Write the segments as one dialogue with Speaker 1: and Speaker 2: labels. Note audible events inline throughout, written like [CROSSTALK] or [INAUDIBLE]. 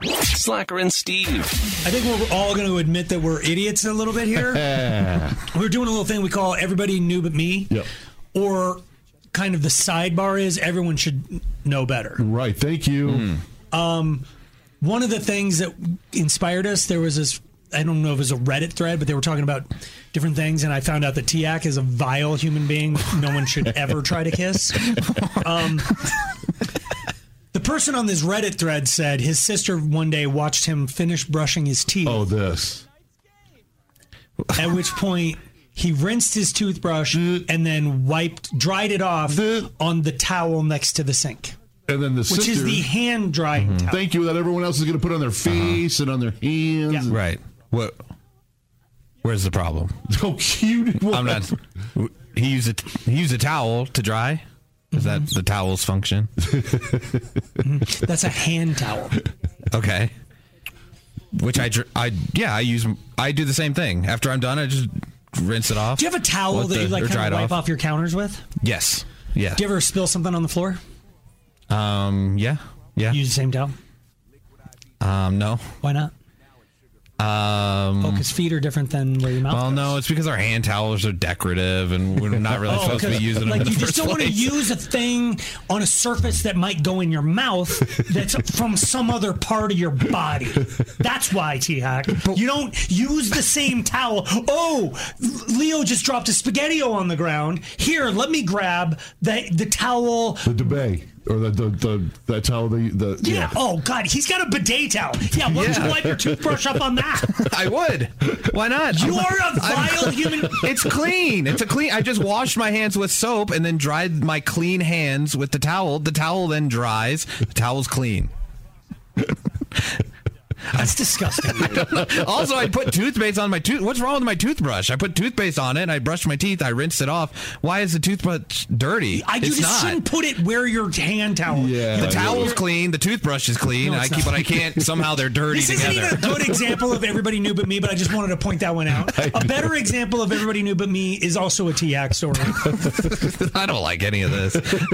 Speaker 1: Slacker and Steve.
Speaker 2: I think we're all going to admit that we're idiots a little bit here. we're doing a little thing we call everybody knew but me, or kind of the sidebar is everyone should know better.
Speaker 3: Right. Thank you.
Speaker 2: Um, one of the things that inspired us, there was this. I don't know if it was a Reddit thread, but they were talking about different things, and I found out that Tiak is a vile human being no
Speaker 3: [LAUGHS]
Speaker 2: one should ever try to kiss. Um, the person on this Reddit thread said his sister one day watched him finish brushing his teeth.
Speaker 3: Oh, this.
Speaker 2: At which point he rinsed his toothbrush and then wiped, dried it off on the towel next to the sink,
Speaker 3: And then the
Speaker 2: which is
Speaker 3: sister-
Speaker 2: the hand drying towel.
Speaker 3: thank you that everyone else is going to put on their face and on their hands. and-
Speaker 4: Right. What? Where's
Speaker 2: [LAUGHS]
Speaker 4: the problem?
Speaker 3: So
Speaker 2: Oh,
Speaker 3: cute.
Speaker 4: I'm not. [LAUGHS] He used a t- he used a towel to dry. Is that the
Speaker 2: [LAUGHS]
Speaker 4: towel's function?
Speaker 2: Mm-hmm. That's a hand towel.
Speaker 4: [LAUGHS] Okay. Which I dr- I yeah I use I do the same thing after I'm done I just rinse it off.
Speaker 2: Do you have a towel
Speaker 4: Let
Speaker 2: that you
Speaker 4: the-
Speaker 2: like
Speaker 4: or dry
Speaker 2: kind
Speaker 4: it
Speaker 2: of wipe off.
Speaker 4: off?
Speaker 2: your counters with?
Speaker 4: Yes. Yeah.
Speaker 2: Do you ever spill something on the floor?
Speaker 4: Um. Yeah. Yeah.
Speaker 2: Use the same towel.
Speaker 4: Um. No.
Speaker 2: Why not?
Speaker 4: Um.
Speaker 2: Oh, because feet are different than where your mouth.
Speaker 4: Well,
Speaker 2: goes.
Speaker 4: no, it's because our hand towels are decorative, and we're
Speaker 2: [LAUGHS]
Speaker 4: not really supposed to be
Speaker 2: 'cause,
Speaker 4: using them
Speaker 2: Oh, like
Speaker 4: in the
Speaker 2: you
Speaker 4: first
Speaker 2: just don't want to
Speaker 4: place.
Speaker 2: use a thing on a surface that might go in your mouth that's from some other part of your body. That's why, T Hack. You don't use the same towel. Oh, Leo just dropped a spaghettio on the ground. Here, let me grab the the towel.
Speaker 3: The debate or the the, the that's how the the
Speaker 2: Yeah. [LAUGHS] Oh God, he's got a bidet towel. Yeah. Why don't you
Speaker 4: Yeah.
Speaker 2: wipe your toothbrush up on that?
Speaker 4: I would. Why not?
Speaker 2: You
Speaker 4: I'm-
Speaker 2: are a
Speaker 4: I'm-
Speaker 2: vile human.
Speaker 4: It's clean. It's a clean. I just washed my hands with soap and then dried my clean hands with the towel. The towel then dries. The towel's clean.
Speaker 2: [LAUGHS] That's disgusting.
Speaker 4: [LAUGHS] Also, I put toothpaste on my tooth. What's wrong with my toothbrush? I put toothpaste on it. And I brushed my teeth. I rinsed it off. Why is the toothbrush dirty?
Speaker 2: I, you
Speaker 4: it's
Speaker 2: just
Speaker 4: not.
Speaker 2: shouldn't put it where your hand towel.
Speaker 3: Yeah.
Speaker 4: the towel's
Speaker 3: [LAUGHS]
Speaker 4: clean. The toothbrush is clean.
Speaker 2: No,
Speaker 4: I
Speaker 2: it's
Speaker 4: keep,
Speaker 2: not.
Speaker 4: but I can't. Somehow they're dirty
Speaker 2: This
Speaker 4: together.
Speaker 2: isn't even a good example of everybody knew but me, but I just wanted to point that one out.
Speaker 3: [LAUGHS]
Speaker 2: A better example of everybody knew but me is also a
Speaker 3: [LAUGHS]
Speaker 2: TX story.
Speaker 4: [LAUGHS] I don't like any of this.
Speaker 2: [LAUGHS]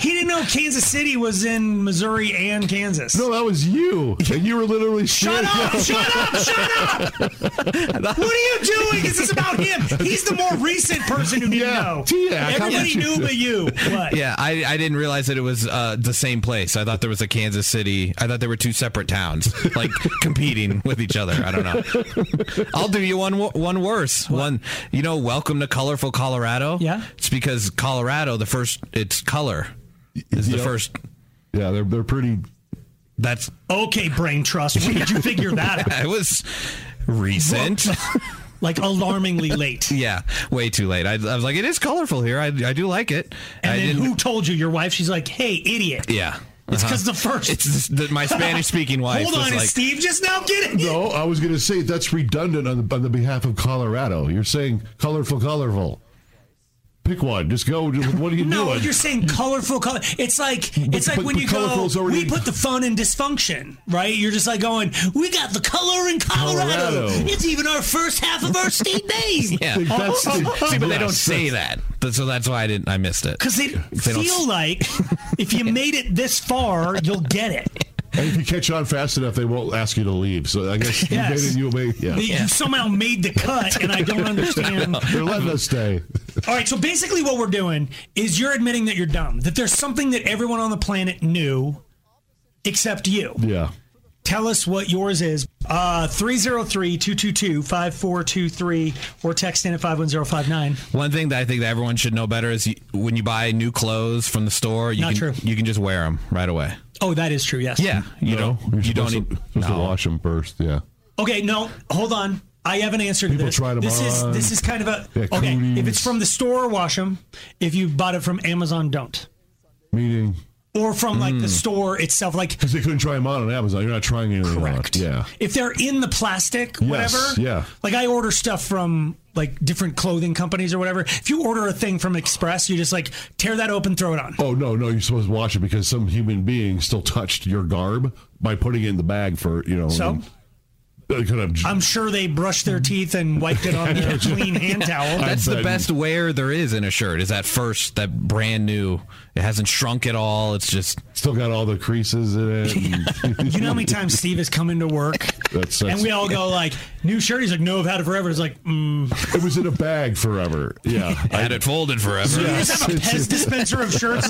Speaker 2: He didn't know Kansas City was in Missouri and Kansas.
Speaker 3: No, that was you, and you were literally
Speaker 2: Shut up! Shut up! Shut
Speaker 3: [LAUGHS]
Speaker 2: up! What are you doing? This is about him. He's the more recent person who didn't
Speaker 3: Yeah,
Speaker 2: know.
Speaker 3: TX, how
Speaker 2: Everybody
Speaker 3: about you?
Speaker 2: knew but you. What?
Speaker 4: Yeah, I, I didn't realize that it was uh, the same place. I thought there was a Kansas City. I thought there were two separate towns,
Speaker 2: [LAUGHS]
Speaker 4: like competing with each other. I don't know. I'll do you one wo- one worse. One, you know, welcome to colorful Colorado.
Speaker 2: Yeah.
Speaker 4: it's because Colorado, the first, it's color is the
Speaker 3: Yep.
Speaker 4: first.
Speaker 3: Yeah, they're they're pretty.
Speaker 4: That's
Speaker 2: Okay, brain trust. When did you figure
Speaker 4: [LAUGHS]
Speaker 2: that out?
Speaker 4: it was recent.
Speaker 2: [LAUGHS] Like alarmingly late.
Speaker 4: [LAUGHS] yeah, way too late. I, I was like, it is colorful here. I, I do like it.
Speaker 2: And
Speaker 4: I
Speaker 2: then
Speaker 4: didn't.
Speaker 2: who told you? Your wife? She's like, hey, idiot.
Speaker 4: yeah.
Speaker 2: It's because
Speaker 4: Uh-huh.
Speaker 2: the first.
Speaker 4: It's just that
Speaker 2: [LAUGHS]
Speaker 4: my Spanish speaking wife
Speaker 2: Hold
Speaker 4: was
Speaker 2: on,
Speaker 4: like,
Speaker 2: is Steve just now getting it?
Speaker 3: No, I was going to say that's redundant on the on the behalf of Colorado. You're saying colorful, colorful. Pick one. Just go. What are you
Speaker 2: No,
Speaker 3: doing?
Speaker 2: you're saying colorful color. It's like it's like
Speaker 3: but-
Speaker 2: when
Speaker 3: but
Speaker 2: you go.
Speaker 3: colorful's already-
Speaker 2: We put the fun in dysfunction, right? You're just like going. We got the color in Colorado.
Speaker 3: Colorado.
Speaker 2: It's even our first half of our state name.
Speaker 4: [LAUGHS]
Speaker 2: [LAUGHS]
Speaker 4: Yeah.
Speaker 3: Like, that's-
Speaker 4: See, but they don't
Speaker 3: Yes.
Speaker 4: say that. Th- So that's why I didn't. I missed it.
Speaker 2: Because they,
Speaker 4: They don't
Speaker 2: feel
Speaker 4: s-
Speaker 2: like if
Speaker 3: [LAUGHS]
Speaker 2: you made it this far, you'll get it.
Speaker 3: And if you catch on fast enough, they won't ask you to leave. So I guess you made
Speaker 2: Yes.
Speaker 3: it. You made. Yeah,
Speaker 2: That You somehow made the cut, and
Speaker 3: [LAUGHS]
Speaker 2: I don't understand.
Speaker 3: they're letting us stay.
Speaker 2: All right, so basically what we're doing is you're admitting that you're dumb, that there's something that everyone on the planet knew except you.
Speaker 3: Yeah.
Speaker 2: Tell us what yours is. Uh, 303 222 5423 or text in at 51059.
Speaker 4: One thing that I think that everyone should know better is you, when you buy new clothes from the store, you
Speaker 2: Not
Speaker 4: can
Speaker 2: true.
Speaker 4: you can just wear them right away.
Speaker 2: Oh, that is true. Yes.
Speaker 4: Yeah, you
Speaker 3: No,
Speaker 4: know,
Speaker 3: you're
Speaker 4: you don't
Speaker 3: supposed
Speaker 4: need.
Speaker 3: to, supposed to wash them first. Yeah.
Speaker 2: Okay, no, hold on. I have an answer to
Speaker 3: People
Speaker 2: this.
Speaker 3: try them
Speaker 2: this
Speaker 3: on.
Speaker 2: is this is kind of a
Speaker 3: Yeah,
Speaker 2: okay. If
Speaker 3: cooties.
Speaker 2: it's from the store, wash them. If you bought it from Amazon, don't.
Speaker 3: Meaning,
Speaker 2: Or from like
Speaker 4: Hmm.
Speaker 2: the store itself, like
Speaker 3: because they couldn't try them on on Amazon. You're not trying anything
Speaker 2: correct.
Speaker 3: on. Yeah.
Speaker 2: If they're in the plastic, whatever.
Speaker 3: yeah.
Speaker 2: Like I order stuff from like different clothing companies or whatever. If you order a thing from Express, you just like tear that open, throw it on.
Speaker 3: Oh no, no, you're supposed to wash it because some human being still touched your garb by putting it in the bag for you know.
Speaker 2: So?
Speaker 3: and they could have.
Speaker 2: I'm sure they brushed their teeth and wiped it on their clean hand towel.
Speaker 4: That's the
Speaker 3: bet.
Speaker 4: best wear there is in a shirt. Is that first that brand new? It hasn't shrunk at all. It's just
Speaker 3: still got all the creases in it.
Speaker 2: [LAUGHS]
Speaker 3: and-
Speaker 2: you know how many times Steve has come
Speaker 3: [LAUGHS]
Speaker 2: into work
Speaker 3: That's- that's-
Speaker 2: and we all go like, new shirt? He's like, no, I've had it forever. It's like, mm.
Speaker 3: [LAUGHS] it was in a bag forever. Yeah.
Speaker 4: [LAUGHS] had it folded forever.
Speaker 2: you just
Speaker 3: [LAUGHS]
Speaker 2: have a
Speaker 3: Yes.
Speaker 2: Pez dispenser of shirts.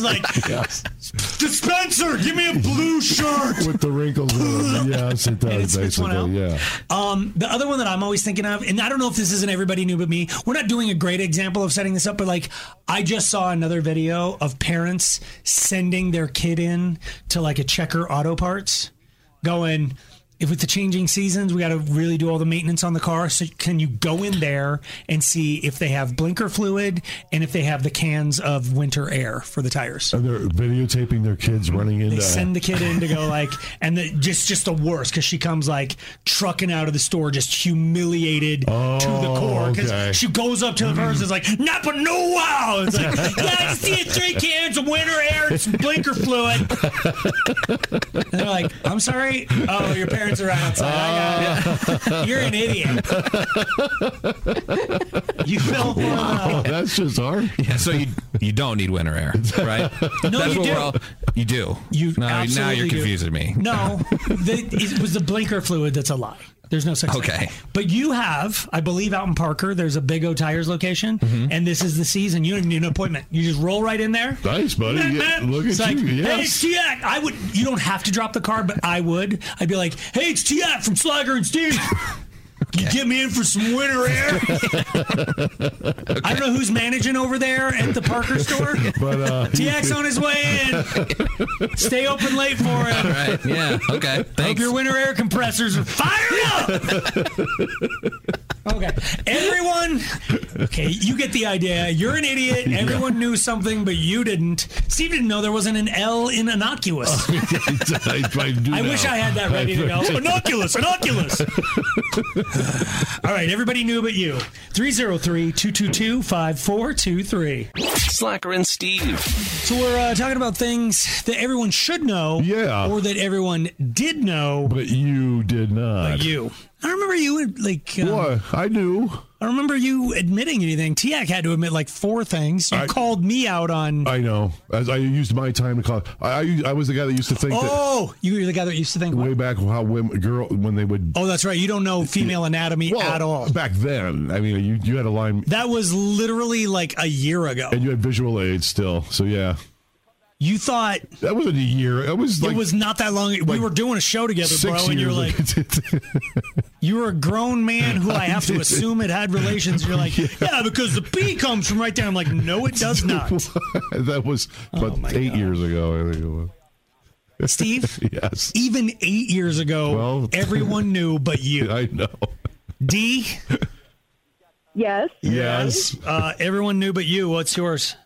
Speaker 3: [LAUGHS]
Speaker 2: It's like, dispenser, give me a blue shirt.
Speaker 3: With the wrinkles on
Speaker 2: [LAUGHS]
Speaker 3: it. Yes, it does.
Speaker 2: And it spits
Speaker 3: basically.
Speaker 2: one
Speaker 3: Yeah.
Speaker 2: Um, the other one that I'm always thinking of, and I don't know if this isn't everybody new but me. We're not doing a great example of setting this up, but like I just saw another video of parents sending their kid in to like a checker auto parts, going, if with the changing seasons, we got to really do all the maintenance on the car. So can you go in there and see if they have blinker fluid and if they have the cans of winter air for the tires?
Speaker 3: And they're videotaping their kids running into.
Speaker 2: They send the kid in to
Speaker 3: [LAUGHS]
Speaker 2: go like, and the, just just the worst because she comes like trucking out of the store just humiliated to the
Speaker 3: Oh,
Speaker 2: core because
Speaker 3: okay. Mm.
Speaker 2: she goes up to the person is like, not but no wow. It's like, yeah, I see
Speaker 3: [LAUGHS]
Speaker 2: it, three cans of winter
Speaker 4: [LAUGHS]
Speaker 2: air and some blinker fluid. and they're like, I'm sorry. Oh, your parents are outside. I got
Speaker 3: Ah.
Speaker 2: it. [LAUGHS] You're an idiot. you fell for
Speaker 3: oh, that's just hard.
Speaker 4: [LAUGHS] Yeah, so you you don't need winter air,
Speaker 3: [LAUGHS]
Speaker 4: right? no, That's
Speaker 2: you do.
Speaker 4: you do.
Speaker 2: You
Speaker 4: now, now
Speaker 2: absolutely
Speaker 4: you're
Speaker 2: do.
Speaker 4: confusing me.
Speaker 2: No, the, it was the blinker fluid that's a lie. There's no such thing.
Speaker 4: Okay.
Speaker 2: But you have, I believe, out in Parker, there's a Big O Tires location,
Speaker 4: Mm-hmm.
Speaker 2: and this is the season. You don't need an appointment. You just roll right in there.
Speaker 3: [LAUGHS] Nice, buddy. Yeah, look at
Speaker 2: it's like,
Speaker 3: you.
Speaker 2: Hey,
Speaker 3: Yes.
Speaker 2: it's TF. I would. You don't have to drop the card, but I would. I'd be like, Hey, it's TF from Slugger and
Speaker 4: [LAUGHS]
Speaker 2: Steve. You get me in for some winter air. [LAUGHS] I don't know who's managing over there at the Parker
Speaker 4: [LAUGHS]
Speaker 2: store.
Speaker 3: [LAUGHS] But
Speaker 2: [LAUGHS]
Speaker 3: uh,
Speaker 2: TX on his way in.
Speaker 4: [LAUGHS]
Speaker 2: Stay open late for him.
Speaker 4: Right? Yeah. Okay.
Speaker 2: Hope
Speaker 4: Thanks.
Speaker 2: your winter air compressors are fired up. [LAUGHS] okay, everyone. Okay, you get the idea. You're an [LAUGHS] idiot. Everyone knew something, but you didn't. Steve didn't know there wasn't an L in [LAUGHS] innocuous.
Speaker 3: [LAUGHS] I, I, do
Speaker 2: I
Speaker 3: now.
Speaker 2: wish I had that
Speaker 3: [LAUGHS]
Speaker 2: ready to go. Innocuous, innocuous. All right, everybody knew but you. 303 222 5423.
Speaker 1: Slacker and Steve.
Speaker 2: So we're uh, talking about things that everyone should know,
Speaker 3: Yeah.
Speaker 2: or that everyone did know.
Speaker 3: But you did not.
Speaker 2: But you, I remember you like. Um,
Speaker 3: Boy, I do.
Speaker 2: I don't remember you admitting anything. Tiak had to admit like four things. You
Speaker 3: I-
Speaker 2: called me out on.
Speaker 3: I know. As I used my time to call. I I, I was the guy that used to think
Speaker 2: oh, you were the guy that used to think.
Speaker 3: that way back how women girl when they would
Speaker 2: Oh, that's right. You don't know female anatomy
Speaker 3: Well,
Speaker 2: at all.
Speaker 3: back then. I mean, you you had a line
Speaker 2: That was literally like a year ago.
Speaker 3: and you had visual aids still. So yeah,
Speaker 2: You thought
Speaker 3: that wasn't a year. It was like
Speaker 2: it
Speaker 3: [LAUGHS]
Speaker 2: was not that long. we were doing a show together,
Speaker 3: six
Speaker 2: bro,
Speaker 3: years.
Speaker 2: and you're like,
Speaker 3: [LAUGHS]
Speaker 2: you were a grown man who I have to assume it had relations.
Speaker 3: [LAUGHS]
Speaker 2: You're like, yeah. because the P comes from right there. I'm like, no, it does not.
Speaker 3: that was about
Speaker 2: Oh my
Speaker 3: eight
Speaker 2: God.
Speaker 3: years ago. I think it was.
Speaker 2: Steve,
Speaker 3: [LAUGHS] Yes,
Speaker 2: even eight years ago,
Speaker 3: Well-
Speaker 2: everyone knew but you.
Speaker 3: I know.
Speaker 2: D,
Speaker 5: [LAUGHS]
Speaker 6: Yes.
Speaker 3: Yes.
Speaker 2: uh, everyone knew but you. What's yours?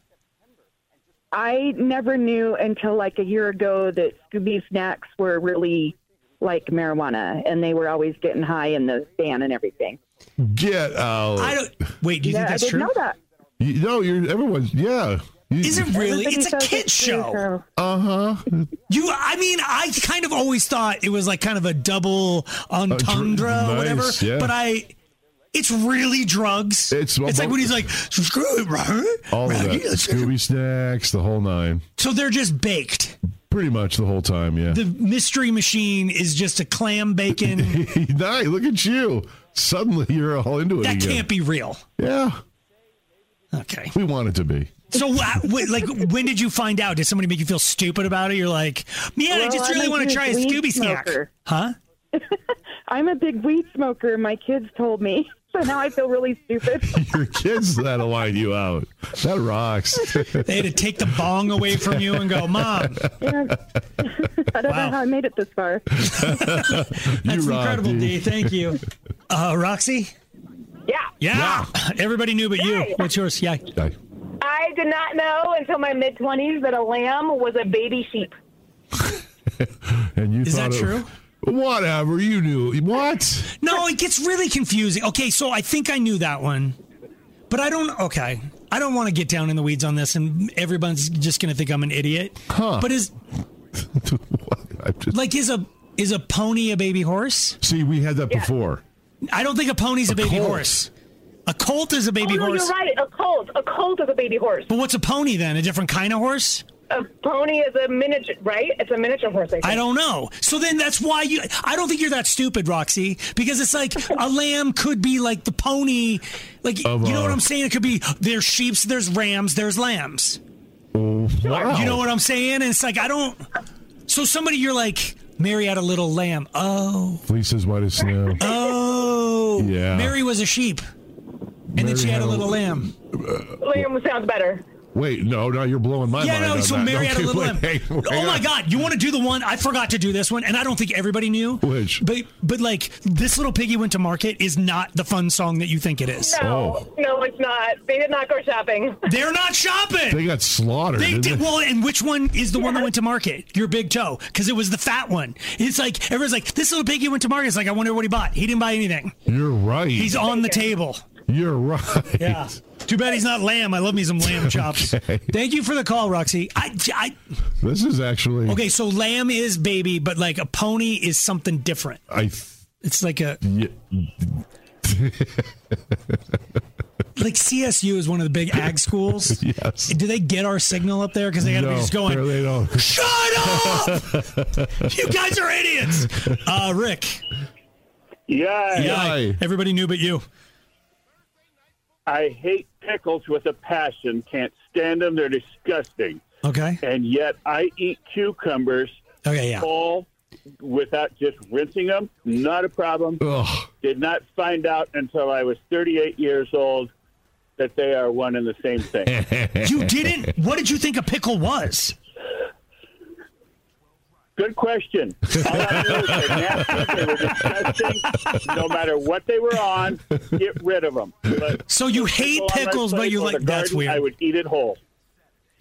Speaker 6: I never knew until like a year ago that Scooby snacks were really like marijuana and they were always getting high in the van and everything.
Speaker 3: Get out.
Speaker 2: I don't. Wait, do you
Speaker 6: yeah,
Speaker 2: think that's
Speaker 6: I didn't
Speaker 2: true?
Speaker 6: know that.
Speaker 3: You, no, you're everyone's. Yeah. You,
Speaker 2: Is it really?
Speaker 6: Everybody
Speaker 2: It's a
Speaker 6: says
Speaker 2: kid
Speaker 6: true,
Speaker 2: show.
Speaker 6: so-
Speaker 3: Uh huh.
Speaker 2: You, I mean, I kind of always thought it was like kind of a double entendre,
Speaker 3: Uh, dr-
Speaker 2: or whatever.
Speaker 3: nice, yeah.
Speaker 2: But I, it's really drugs.
Speaker 3: It's-
Speaker 2: like when he's like, screw it, bro.
Speaker 3: All of
Speaker 2: Right,
Speaker 3: that.
Speaker 2: yeah, it's-
Speaker 3: Scooby snacks, the whole nine.
Speaker 2: So they're just baked.
Speaker 3: Pretty much the whole time. Yeah.
Speaker 2: The mystery machine is just a clam bacon.
Speaker 3: [LAUGHS] nice. Look at you. Suddenly you're all into it
Speaker 2: that
Speaker 3: again.
Speaker 2: can't be real.
Speaker 3: yeah.
Speaker 2: Okay.
Speaker 3: We want it to be.
Speaker 2: So, uh, wait, like, when did you find out? Did somebody make you feel stupid about it? You're like, man, I
Speaker 6: Well,
Speaker 2: just
Speaker 6: I'm
Speaker 2: really
Speaker 6: a
Speaker 2: want to
Speaker 6: huge
Speaker 2: try a
Speaker 6: weed
Speaker 2: Scooby snack.
Speaker 6: smoker.
Speaker 2: Huh?
Speaker 6: I'm a big weed smoker. My kids told me. [LAUGHS] So now I feel really stupid.
Speaker 3: Your kids that'll line you out. That rocks.
Speaker 2: [LAUGHS] They had to take the bong away from you and go, mom,
Speaker 6: Yeah. I don't
Speaker 2: Wow.
Speaker 6: know how I made it this far.
Speaker 2: that's
Speaker 3: you rock,
Speaker 2: incredible,
Speaker 3: dude.
Speaker 2: D. Thank you. Uh, Roxy?
Speaker 7: Yeah.
Speaker 2: Yeah. Everybody knew but you.
Speaker 7: Yay.
Speaker 2: What's yours? Yeah.
Speaker 3: Okay.
Speaker 7: I did not know until my mid 20s that a lamb was a baby sheep.
Speaker 3: [LAUGHS] And you
Speaker 2: Is
Speaker 3: thought
Speaker 2: that
Speaker 3: it-
Speaker 2: true?
Speaker 3: Whatever you knew. What?
Speaker 2: No, it gets really confusing. Okay, so I think I knew that one, but I don't. Okay, I don't want to get down in the weeds on this, and everyone's just going to think I'm an idiot.
Speaker 3: Huh.
Speaker 2: But is
Speaker 3: What? I'm just-
Speaker 2: like is a is a pony a baby horse?
Speaker 3: See, we had that before.
Speaker 2: I don't think a pony's a, baby
Speaker 3: colt.
Speaker 2: horse. A colt is a baby
Speaker 7: oh, no,
Speaker 2: horse.
Speaker 7: you're right. A colt. A colt is a baby horse.
Speaker 2: But what's a pony then? A different kind of horse?
Speaker 7: A pony is a miniature, right? It's a miniature horse. I, think.
Speaker 2: I don't know. So then that's why you. I don't think you're that stupid, Roxy, because it's like
Speaker 7: [LAUGHS]
Speaker 2: a lamb could be like the pony. Like,
Speaker 3: Of,
Speaker 2: you know
Speaker 3: uh,
Speaker 2: what I'm saying? It could be there's sheeps, there's rams, there's lambs.
Speaker 3: Wow.
Speaker 2: You know what I'm saying? And it's like I don't. So somebody, you're like Mary had a little lamb. Oh,
Speaker 3: Fleeces white as snow.
Speaker 2: oh,
Speaker 3: Yeah.
Speaker 2: Mary was a sheep, and then
Speaker 3: Mary
Speaker 2: she had,
Speaker 3: had
Speaker 2: a
Speaker 3: a l-
Speaker 2: little
Speaker 3: uh,
Speaker 2: lamb.
Speaker 7: Lamb sounds better.
Speaker 3: Wait, no, no, you're blowing my
Speaker 2: Yeah,
Speaker 3: mind.
Speaker 2: no.
Speaker 3: on
Speaker 2: So
Speaker 3: that.
Speaker 2: Mary had a
Speaker 3: Okay,
Speaker 2: little lamb.
Speaker 3: [LAUGHS] wait, hang-
Speaker 2: [LAUGHS] oh
Speaker 3: hang
Speaker 2: my
Speaker 3: on.
Speaker 2: God! You want to do the one? I forgot to do this one, and I don't think everybody knew.
Speaker 3: Which?
Speaker 2: But but like this little piggy went to market is not the fun song that you think it is.
Speaker 3: Oh,
Speaker 7: No, no, it's not. They did not go shopping. [LAUGHS]
Speaker 2: They're not shopping.
Speaker 3: They got slaughtered.
Speaker 2: They
Speaker 3: didn't
Speaker 2: did
Speaker 3: they?
Speaker 2: well, and which one is the one that went to market? Your big toe, because it was the fat one. It's like everyone's like, this little piggy went to market. It's like I wonder what he bought. He didn't buy anything.
Speaker 3: You're right.
Speaker 2: He's on the table.
Speaker 3: You're right.
Speaker 2: Yeah. Too bad he's not lamb. I love me
Speaker 3: [LAUGHS]
Speaker 2: some lamb chops. Thank you for the call, Roxy. I, I
Speaker 3: This is actually.
Speaker 2: okay. So lamb is baby, but like a pony is something different.
Speaker 3: I. Th-
Speaker 2: It's like a
Speaker 3: yeah, [LAUGHS]
Speaker 2: like CSU is one of the big ag
Speaker 3: [LAUGHS]
Speaker 2: schools.
Speaker 3: yes.
Speaker 2: Do they get our signal up there? Because they got to
Speaker 3: no,
Speaker 2: be just going.
Speaker 3: They don't.
Speaker 2: Shut up!
Speaker 3: [LAUGHS]
Speaker 2: you guys are idiots. Uh, Rick.
Speaker 8: Yeah,
Speaker 3: Yay.
Speaker 2: Everybody knew but you.
Speaker 8: I hate pickles with a passion. Can't stand them. They're disgusting.
Speaker 3: [LAUGHS]
Speaker 2: Okay.
Speaker 8: And yet I eat cucumbers
Speaker 2: Okay. Oh, Yeah.
Speaker 8: all without just rinsing them. Not a problem.
Speaker 3: Ugh.
Speaker 8: Did not find out until I was 38 years old that they are one and the same thing.
Speaker 2: [LAUGHS] You didn't. What did you think a pickle was?
Speaker 8: Good question. All I knew is they're nasty, they were disgusting. No matter what they were on, get rid of them. But
Speaker 2: So you hate
Speaker 8: pickle on my
Speaker 2: pickles, but
Speaker 8: plate
Speaker 2: you
Speaker 8: or
Speaker 2: like
Speaker 8: the
Speaker 2: that's
Speaker 8: garden,
Speaker 2: weird.
Speaker 8: I would eat it whole.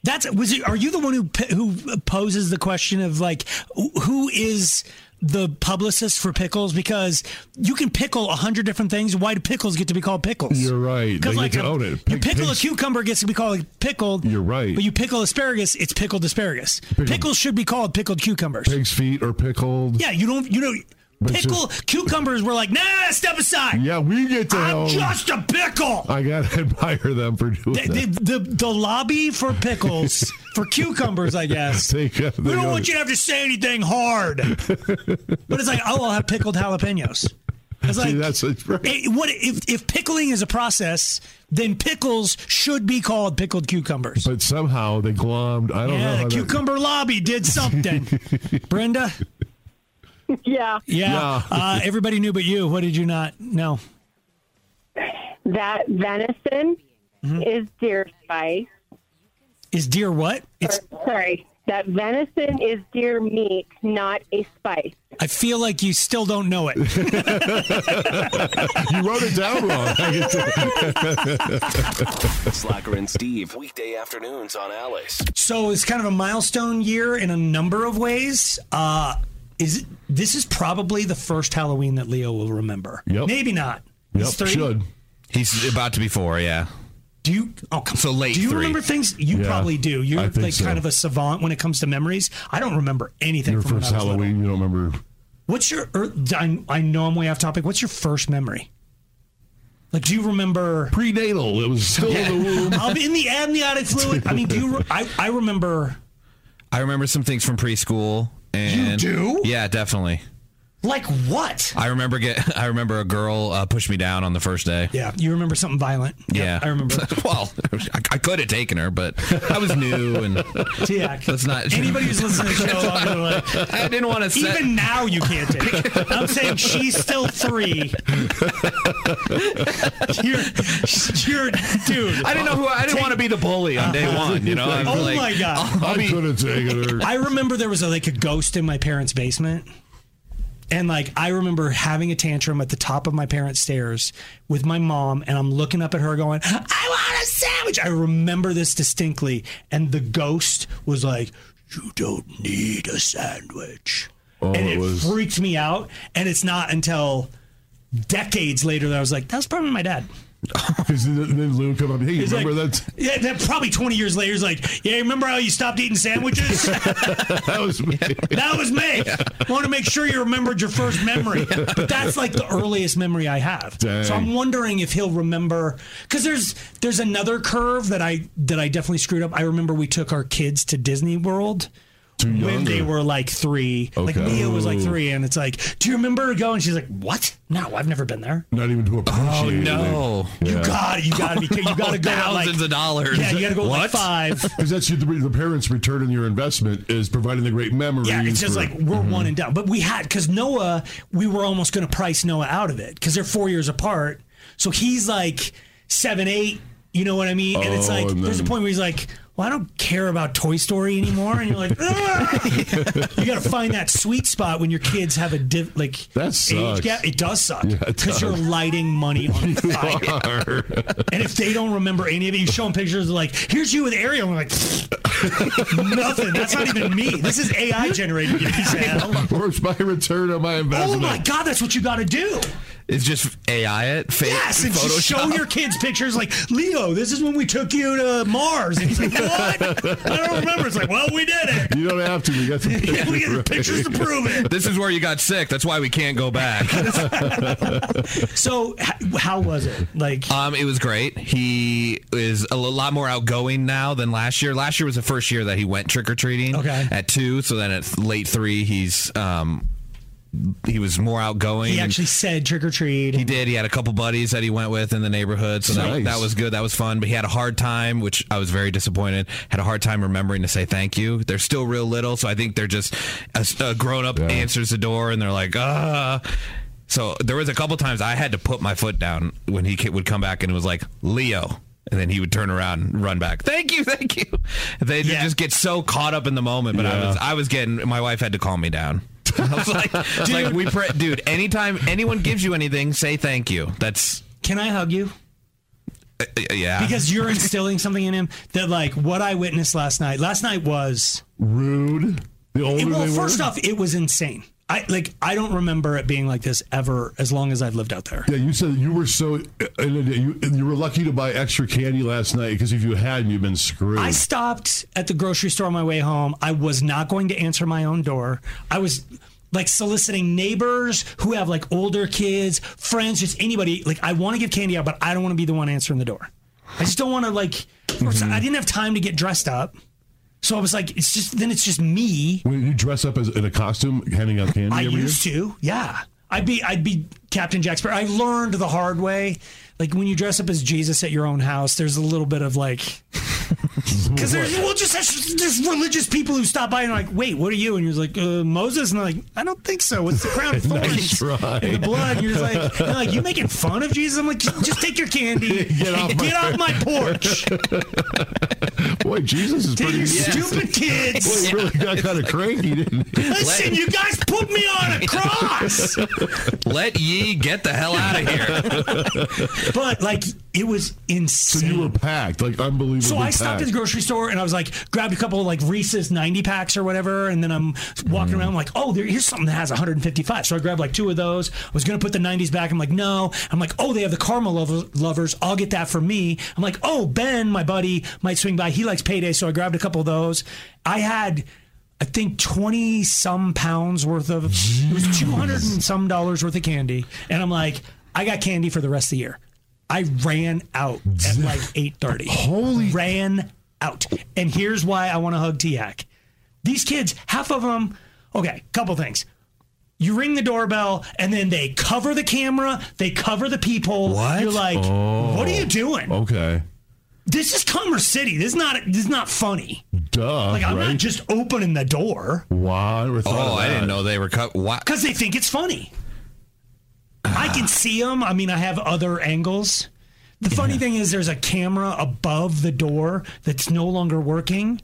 Speaker 2: That's was it, are you the one who p- who poses the question of like wh- who is the publicist for pickles because you can pickle a hundred different things. Why do pickles get to be called pickles?
Speaker 3: You're right. They
Speaker 2: Because
Speaker 3: get
Speaker 2: like
Speaker 3: to
Speaker 2: a-
Speaker 3: own it.
Speaker 2: you
Speaker 3: Pig-
Speaker 2: pickle a
Speaker 3: pigs-
Speaker 2: cucumber gets to be called pickled.
Speaker 3: You're right.
Speaker 2: But you pickle asparagus, it's pickled asparagus. Pickles should be called pickled cucumbers.
Speaker 3: Pig's feet are pickled.
Speaker 2: Yeah, you don't you know
Speaker 3: But it's
Speaker 2: pickle cucumbers were like nah step aside.
Speaker 3: Yeah, we get to
Speaker 2: I'm
Speaker 3: own.
Speaker 2: just a pickle.
Speaker 3: I gotta [LAUGHS] admire them for doing
Speaker 2: The,
Speaker 3: that.
Speaker 2: the, the, the lobby for pickles, for cucumbers, I guess.
Speaker 3: [LAUGHS] They got-
Speaker 2: we
Speaker 3: they
Speaker 2: don't
Speaker 3: own
Speaker 2: want
Speaker 3: it.
Speaker 2: you to have to say
Speaker 3: [LAUGHS]
Speaker 2: anything hard. but it's like, oh, I'll have pickled jalapenos. It's like,
Speaker 3: See, that's it's right.
Speaker 2: eh, what if, if pickling is a process, then pickles should be called pickled cucumbers.
Speaker 3: But somehow they glommed. I don't know.
Speaker 2: yeah,
Speaker 3: how
Speaker 2: the
Speaker 3: that-
Speaker 2: cucumber lobby
Speaker 3: [LAUGHS]
Speaker 2: did something. Brenda?
Speaker 6: yeah,
Speaker 2: Yeah.
Speaker 3: Yeah.
Speaker 2: Uh, everybody knew but you. What did you not know?
Speaker 5: That venison is deer spice.
Speaker 2: Mm-hmm. Is deer what? It's.
Speaker 5: Sorry, that venison is deer meat, not a spice.
Speaker 2: I feel like you still don't know
Speaker 3: [LAUGHS]
Speaker 2: it.
Speaker 3: You wrote it down wrong. I get to-
Speaker 1: Slacker and Steve, weekday afternoons on Alice.
Speaker 2: [LAUGHS] So it's kind of a milestone year in a number of ways. Uh, is this is probably the first Halloween that Leo will remember?
Speaker 3: Yep.
Speaker 2: Maybe not. He's
Speaker 3: yep,
Speaker 2: 30.
Speaker 3: should.
Speaker 4: He's about to be four, yeah.
Speaker 2: Do you? Oh, come
Speaker 4: So late
Speaker 2: Do you
Speaker 4: three.
Speaker 2: remember things? You
Speaker 3: Yeah,
Speaker 2: probably do. You're
Speaker 3: I
Speaker 2: like
Speaker 3: think so.
Speaker 2: kind of a savant when it comes to memories. I don't remember anything
Speaker 3: Your
Speaker 2: from when
Speaker 3: first
Speaker 2: I was little.
Speaker 3: Halloween, you don't remember.
Speaker 2: What's your? er, I, I know I'm way off topic. What's your first memory? Like, do you remember?
Speaker 3: Prenatal. It was still in the womb.
Speaker 2: [LAUGHS] I'm in the amniotic fluid. I mean, do you? re- I I remember.
Speaker 4: I remember some things from preschool. And
Speaker 2: do?
Speaker 4: Yeah, definitely.
Speaker 2: Like what?
Speaker 4: I remember get. [LAUGHS] I remember a girl uh, pushed me down on the first day.
Speaker 2: Yeah, you remember something violent.
Speaker 4: Yeah,
Speaker 2: I remember.
Speaker 4: [LAUGHS] well, I, I could have taken her, but I was new
Speaker 2: [LAUGHS]
Speaker 4: and
Speaker 2: Tiak.
Speaker 4: Let's not. [LAUGHS]
Speaker 2: Anybody who's listening to the show, I'm gonna like,
Speaker 4: I didn't want to. Set,
Speaker 2: Even now, you can't take it. I'm saying she's still three. [LAUGHS] you're, you're, dude.
Speaker 4: [LAUGHS] I didn't know who. I didn't
Speaker 2: Take-
Speaker 4: want to be the bully on
Speaker 2: [LAUGHS]
Speaker 4: day one. You know. I'm
Speaker 2: Oh
Speaker 4: like,
Speaker 2: my
Speaker 4: [LAUGHS]
Speaker 2: god.
Speaker 3: I, could have taken her.
Speaker 2: I remember there was a, like a ghost in my parents' basement. And like I remember having a tantrum at the top of my parents' stairs with my mom and I'm looking up at her going, "I want a sandwich." I remember this distinctly and the ghost was like, [LAUGHS] "You don't need a sandwich." and
Speaker 3: it
Speaker 2: it
Speaker 3: was-
Speaker 2: freaked me out and it's not until decades later that I was like, "That was probably my dad."
Speaker 3: Because then, then Lou come up. Hey, you
Speaker 2: He's
Speaker 3: remember
Speaker 2: like,
Speaker 3: that?
Speaker 2: Yeah, that probably 20 years later is like, "Yeah, remember how you stopped eating
Speaker 3: [LAUGHS]
Speaker 2: sandwiches?"
Speaker 3: That was me.
Speaker 2: [LAUGHS] That was me. I want to make sure you remembered your first memory. But that's like the earliest memory I have.
Speaker 3: Dang.
Speaker 2: So I'm wondering if he'll remember because there's there's another curve that I that I definitely screwed up. I remember we took our kids to Disney World. When they
Speaker 3: younger.
Speaker 2: were like three, like
Speaker 3: Okay. Oh.
Speaker 2: Mia was like
Speaker 3: Ooh.
Speaker 2: three, and it's like, do you remember going? She's like, what? No, I've never been there.
Speaker 3: Not even to appreciate.
Speaker 4: Oh
Speaker 3: it.
Speaker 4: no.
Speaker 2: You got to You got to be. You got to go at like
Speaker 4: Thousands of dollars.
Speaker 2: Yeah, you got to go at like
Speaker 4: What?
Speaker 3: [LAUGHS]
Speaker 2: five.
Speaker 3: Because that's your, the parents' return on your investment is providing the great memories. Mm-hmm.
Speaker 2: Yeah, it's just
Speaker 3: for- Mhm.
Speaker 2: like we're one and done. But we had because Noah, we were almost going to price Noah out of it because they're four years apart. So he's like seven, eight. You know what I mean? And it's
Speaker 3: Oh,
Speaker 2: like
Speaker 3: and
Speaker 2: there's a
Speaker 3: then-
Speaker 2: point where he's like, "Well, I don't care about Toy Story anymore," and you're like, "Ah."
Speaker 3: [LAUGHS]
Speaker 2: "You got to find that sweet spot when your kids have a div- like
Speaker 3: That sucks.
Speaker 2: It does suck
Speaker 3: Yeah, it
Speaker 2: because you're
Speaker 3: does.
Speaker 2: lighting money on fire.
Speaker 3: [LAUGHS]
Speaker 2: And if they don't remember any of it, you show them pictures of like, here's you with Ariel. And we're like, [LAUGHS] nothing. That's not even me. This is AI generated. You piece of hell.
Speaker 3: [LAUGHS] Where's my return on my
Speaker 2: Oh
Speaker 3: investment?
Speaker 2: my God, that's what you got to do.
Speaker 4: It's just AI it. Fake
Speaker 2: Yes, and just
Speaker 4: Photoshop.
Speaker 2: show your kids pictures like, Leo, this is when we took you to Mars. And he's like, what? I don't remember. It's like, well, [LAUGHS] we did
Speaker 3: [LAUGHS]
Speaker 2: it.
Speaker 3: You don't have to. We got
Speaker 2: [LAUGHS]
Speaker 3: some
Speaker 2: Yeah, we got the
Speaker 3: right.
Speaker 2: pictures to prove it.
Speaker 4: This is where you got sick. That's why we can't
Speaker 2: [LAUGHS]
Speaker 4: go back. [LAUGHS]
Speaker 2: So, h- how was it? Like,
Speaker 4: Um, it was great. He is a lot more outgoing now than last year. Last year was the first year that he went trick or treating.
Speaker 2: Okay.
Speaker 4: At two, so then at late three, he's um, he was more outgoing.
Speaker 2: he actually said trick or treat.
Speaker 4: He did. He had a couple buddies that he went with in the neighborhood, so that,
Speaker 3: Nice.
Speaker 4: that was good. That was fun. But he had a hard time, which I was very disappointed. Had a hard time remembering to say thank you. They're still real little, so I think they're just a, a grown up answers the door and they're like, ah. So there was a couple times I had to put my foot down when he ca- would come back and it was like Leo. And then he would turn around and run back. Thank you, thank you. They would
Speaker 2: Yeah.
Speaker 4: just get so caught up in the moment, but I was I was getting my wife had to calm me down. [LAUGHS] I was like, dude. like we pre- dude, anytime anyone gives you anything, say thank you. That's
Speaker 2: Can I hug you?
Speaker 4: uh, yeah.
Speaker 2: because you're instilling something in him that like what I witnessed last night. Last night was
Speaker 3: Rude. The older
Speaker 2: it, well,
Speaker 3: they
Speaker 2: first
Speaker 3: were.
Speaker 2: off, it was insane. I like I don't remember it being like this ever as long as I've lived out there.
Speaker 3: Yeah, you said you were so uh, and you, you were lucky to buy extra candy last night because if you hadn't, you've been screwed.
Speaker 2: I stopped at the grocery store on my way home. I was not going to answer my own door. I was like soliciting neighbors who have like older kids, friends, just anybody. Like I want to give candy out, but I don't want to be the one answering the door. I just don't want to like. first, I didn't have time to get dressed up, so I was like, it's just then it's just me.
Speaker 3: when you dress up as in a costume, handing out candy
Speaker 2: I
Speaker 3: every
Speaker 2: used to, yeah. I'd be I'd be Captain Jack Sparrow. I learned the hard way. Like when you dress up as Jesus at your own house, there's a little bit
Speaker 3: [LAUGHS]
Speaker 2: of like, because there's well, just there's- there's religious people who stop by and are like, wait, what are you? And you're like uh, Moses, and they're like, I don't think so. What's
Speaker 3: [LAUGHS]
Speaker 2: the crown of thorns
Speaker 3: Nice try.
Speaker 2: [LAUGHS] and the blood? And you're just like, they're like you making fun of Jesus? I'm like, just take your
Speaker 3: [LAUGHS]
Speaker 2: candy,
Speaker 3: [LAUGHS] Get off my- [LAUGHS]
Speaker 2: off my porch,
Speaker 3: year? Boy, Jesus is
Speaker 2: take
Speaker 3: pretty.
Speaker 2: your
Speaker 3: [LAUGHS] Boy,
Speaker 2: stupid
Speaker 3: he
Speaker 2: kids.
Speaker 3: really got kind of cranky, didn't [LAUGHS] he?
Speaker 2: [LAUGHS] Listen, you guys put me
Speaker 3: [LAUGHS]
Speaker 2: on a cross.
Speaker 4: Let ye get the hell out of here.
Speaker 2: [LAUGHS] but like it was insane.
Speaker 3: So you were packed, like unbelievably.
Speaker 2: So I stopped at
Speaker 3: packed.
Speaker 2: the grocery store and I was like, grabbed a couple of like Reese's 90 packs or whatever. And then I'm walking around, I'm like, oh, there, here's something that has 155. So I grabbed like two of those. I was going to put the 90s back. I'm like, no. I'm like, oh, they have the caramel lover- lovers. I'll get that for me. I'm like, oh, Ben, my buddy, might swing by. He likes payday. So I grabbed a couple of those. I had. I think twenty some pounds worth of it was two hundred and some dollars worth of candy, and I'm like, I got candy for the rest of the year. I ran out at
Speaker 3: [LAUGHS]
Speaker 2: like eight thirty
Speaker 3: Holy-
Speaker 2: ran out. And here's why I want to hug T Hack. These kids, half of them, okay, couple things. You ring the doorbell, and then they cover the camera. They cover the people.
Speaker 3: What?
Speaker 2: You're like,
Speaker 3: Oh.
Speaker 2: what are you doing?
Speaker 3: Okay.
Speaker 2: This is Commerce City. This is not. This is not funny.
Speaker 3: Duh.
Speaker 2: Like I'm
Speaker 3: right?
Speaker 2: not just opening the door
Speaker 3: Wow. I never thought
Speaker 4: Oh,
Speaker 3: of
Speaker 4: I
Speaker 3: that.
Speaker 4: didn't know they were cut. What?
Speaker 2: because they think it's funny. I can see them. I mean, I have other angles. The funny thing is, there's a camera above the door that's no longer working,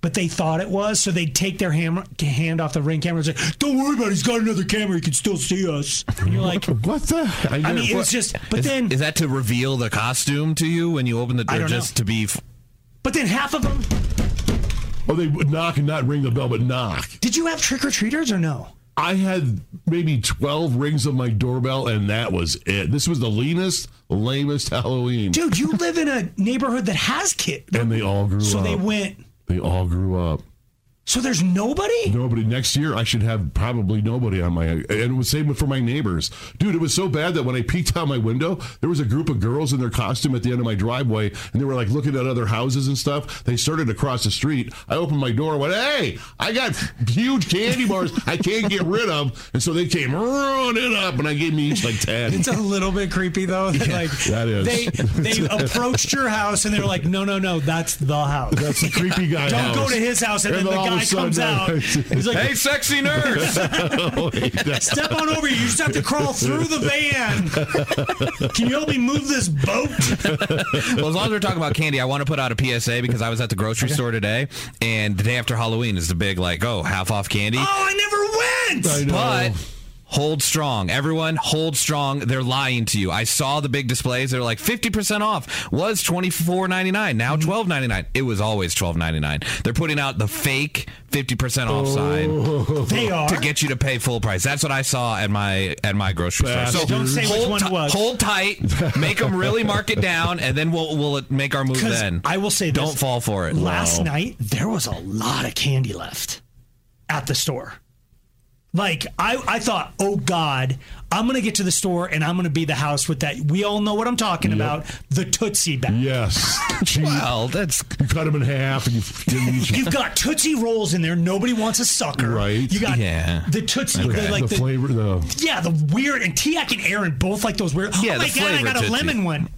Speaker 2: but they thought it was. So they'd take their hammer, hand off the ring camera and say, Don't worry about it. He's got another camera. He can still see us. And you're like,
Speaker 3: What the?
Speaker 2: [LAUGHS] I mean, it
Speaker 4: What-
Speaker 2: was just, but
Speaker 4: is,
Speaker 2: then,
Speaker 4: is that to reveal the costume to you when you open the
Speaker 2: I
Speaker 4: door,
Speaker 2: don't know.
Speaker 4: just to be? F- [LAUGHS]
Speaker 2: but then half of them,
Speaker 3: Oh, they would knock and not ring the bell, but knock.
Speaker 2: did you have trick or treaters or no?
Speaker 3: I had maybe 12 rings on my doorbell, and that was it. This was the leanest, lamest Halloween.
Speaker 2: Dude, you live in a neighborhood that has kids.
Speaker 3: And they all grew
Speaker 2: So
Speaker 3: up.
Speaker 2: they went,
Speaker 3: They all grew up.
Speaker 2: so there's nobody?
Speaker 3: Nobody. Next year, I should have probably nobody on my. And it was same for my neighbors, dude. It was so bad that when I peeked out my window, there was a group of girls in their costume at the end of my driveway, and they were like looking at other houses and stuff. They started across the street. I opened my door, and went, "Hey, I got huge candy bars I can't get rid of," and so they came running up, and I gave me each like ten.
Speaker 2: It's a little bit
Speaker 3: [LAUGHS]
Speaker 2: creepy though. that, like
Speaker 3: that is.
Speaker 2: they
Speaker 3: [LAUGHS]
Speaker 2: they approached your house and they were like, no, no, no, that's the house.
Speaker 3: That's the creepy guy.
Speaker 2: Don't
Speaker 3: house.
Speaker 2: go to his house. And, then
Speaker 3: all
Speaker 2: the
Speaker 3: of a
Speaker 2: guy comes out.
Speaker 3: sudden-
Speaker 2: He's like,
Speaker 4: hey, sexy nurse.
Speaker 3: [LAUGHS] Oh, yeah.
Speaker 2: step on over. here. You just have to crawl through the van. Can you help me move this boat?
Speaker 4: well, as long as we're talking about candy, I want to put out a PSA because I was at the grocery store today, and the day after Halloween is the big like, oh, half off candy.
Speaker 2: Oh, I never went.
Speaker 3: I know.
Speaker 4: But hold strong. Everyone, hold strong. They're lying to you. I saw the big displays. They're like 50% off was twenty four ninety nine. now twelve ninety nine. It was always twelve ninety nine. They're putting out the fake 50% off sign
Speaker 3: Oh.
Speaker 2: They are.
Speaker 4: to get you to pay full price. That's what I saw at my at my grocery store. So
Speaker 3: Bastards. Don't
Speaker 2: say which
Speaker 4: hold
Speaker 2: one
Speaker 4: ti-
Speaker 2: it was.
Speaker 4: Hold tight. Make them
Speaker 2: [LAUGHS]
Speaker 4: really mark it down and then we'll we'll make our move
Speaker 2: 'Cause
Speaker 4: then.
Speaker 2: I will say this.
Speaker 4: Don't fall for it.
Speaker 2: Last night there was a lot of candy left at the store. Like I, I thought, oh God, I'm gonna get to the store and I'm gonna be the house with that. We all know what I'm talking about. The Tootsie bag. [LAUGHS]
Speaker 3: Yes. Gee,
Speaker 4: Well, that's
Speaker 3: You cut him in half, and you give him each
Speaker 2: [LAUGHS] You've got Tootsie rolls in there. Nobody wants a sucker.
Speaker 3: Right.
Speaker 2: You got
Speaker 4: Yeah.
Speaker 2: the Tootsie. They like
Speaker 3: the,
Speaker 2: the,
Speaker 3: flavor though.
Speaker 2: yeah, the weird and Tiak and Aaron both like those weird.
Speaker 4: Yeah,
Speaker 2: oh my
Speaker 4: the
Speaker 2: God, I
Speaker 4: flavor
Speaker 2: got a
Speaker 4: Tootsie.
Speaker 2: lemon one.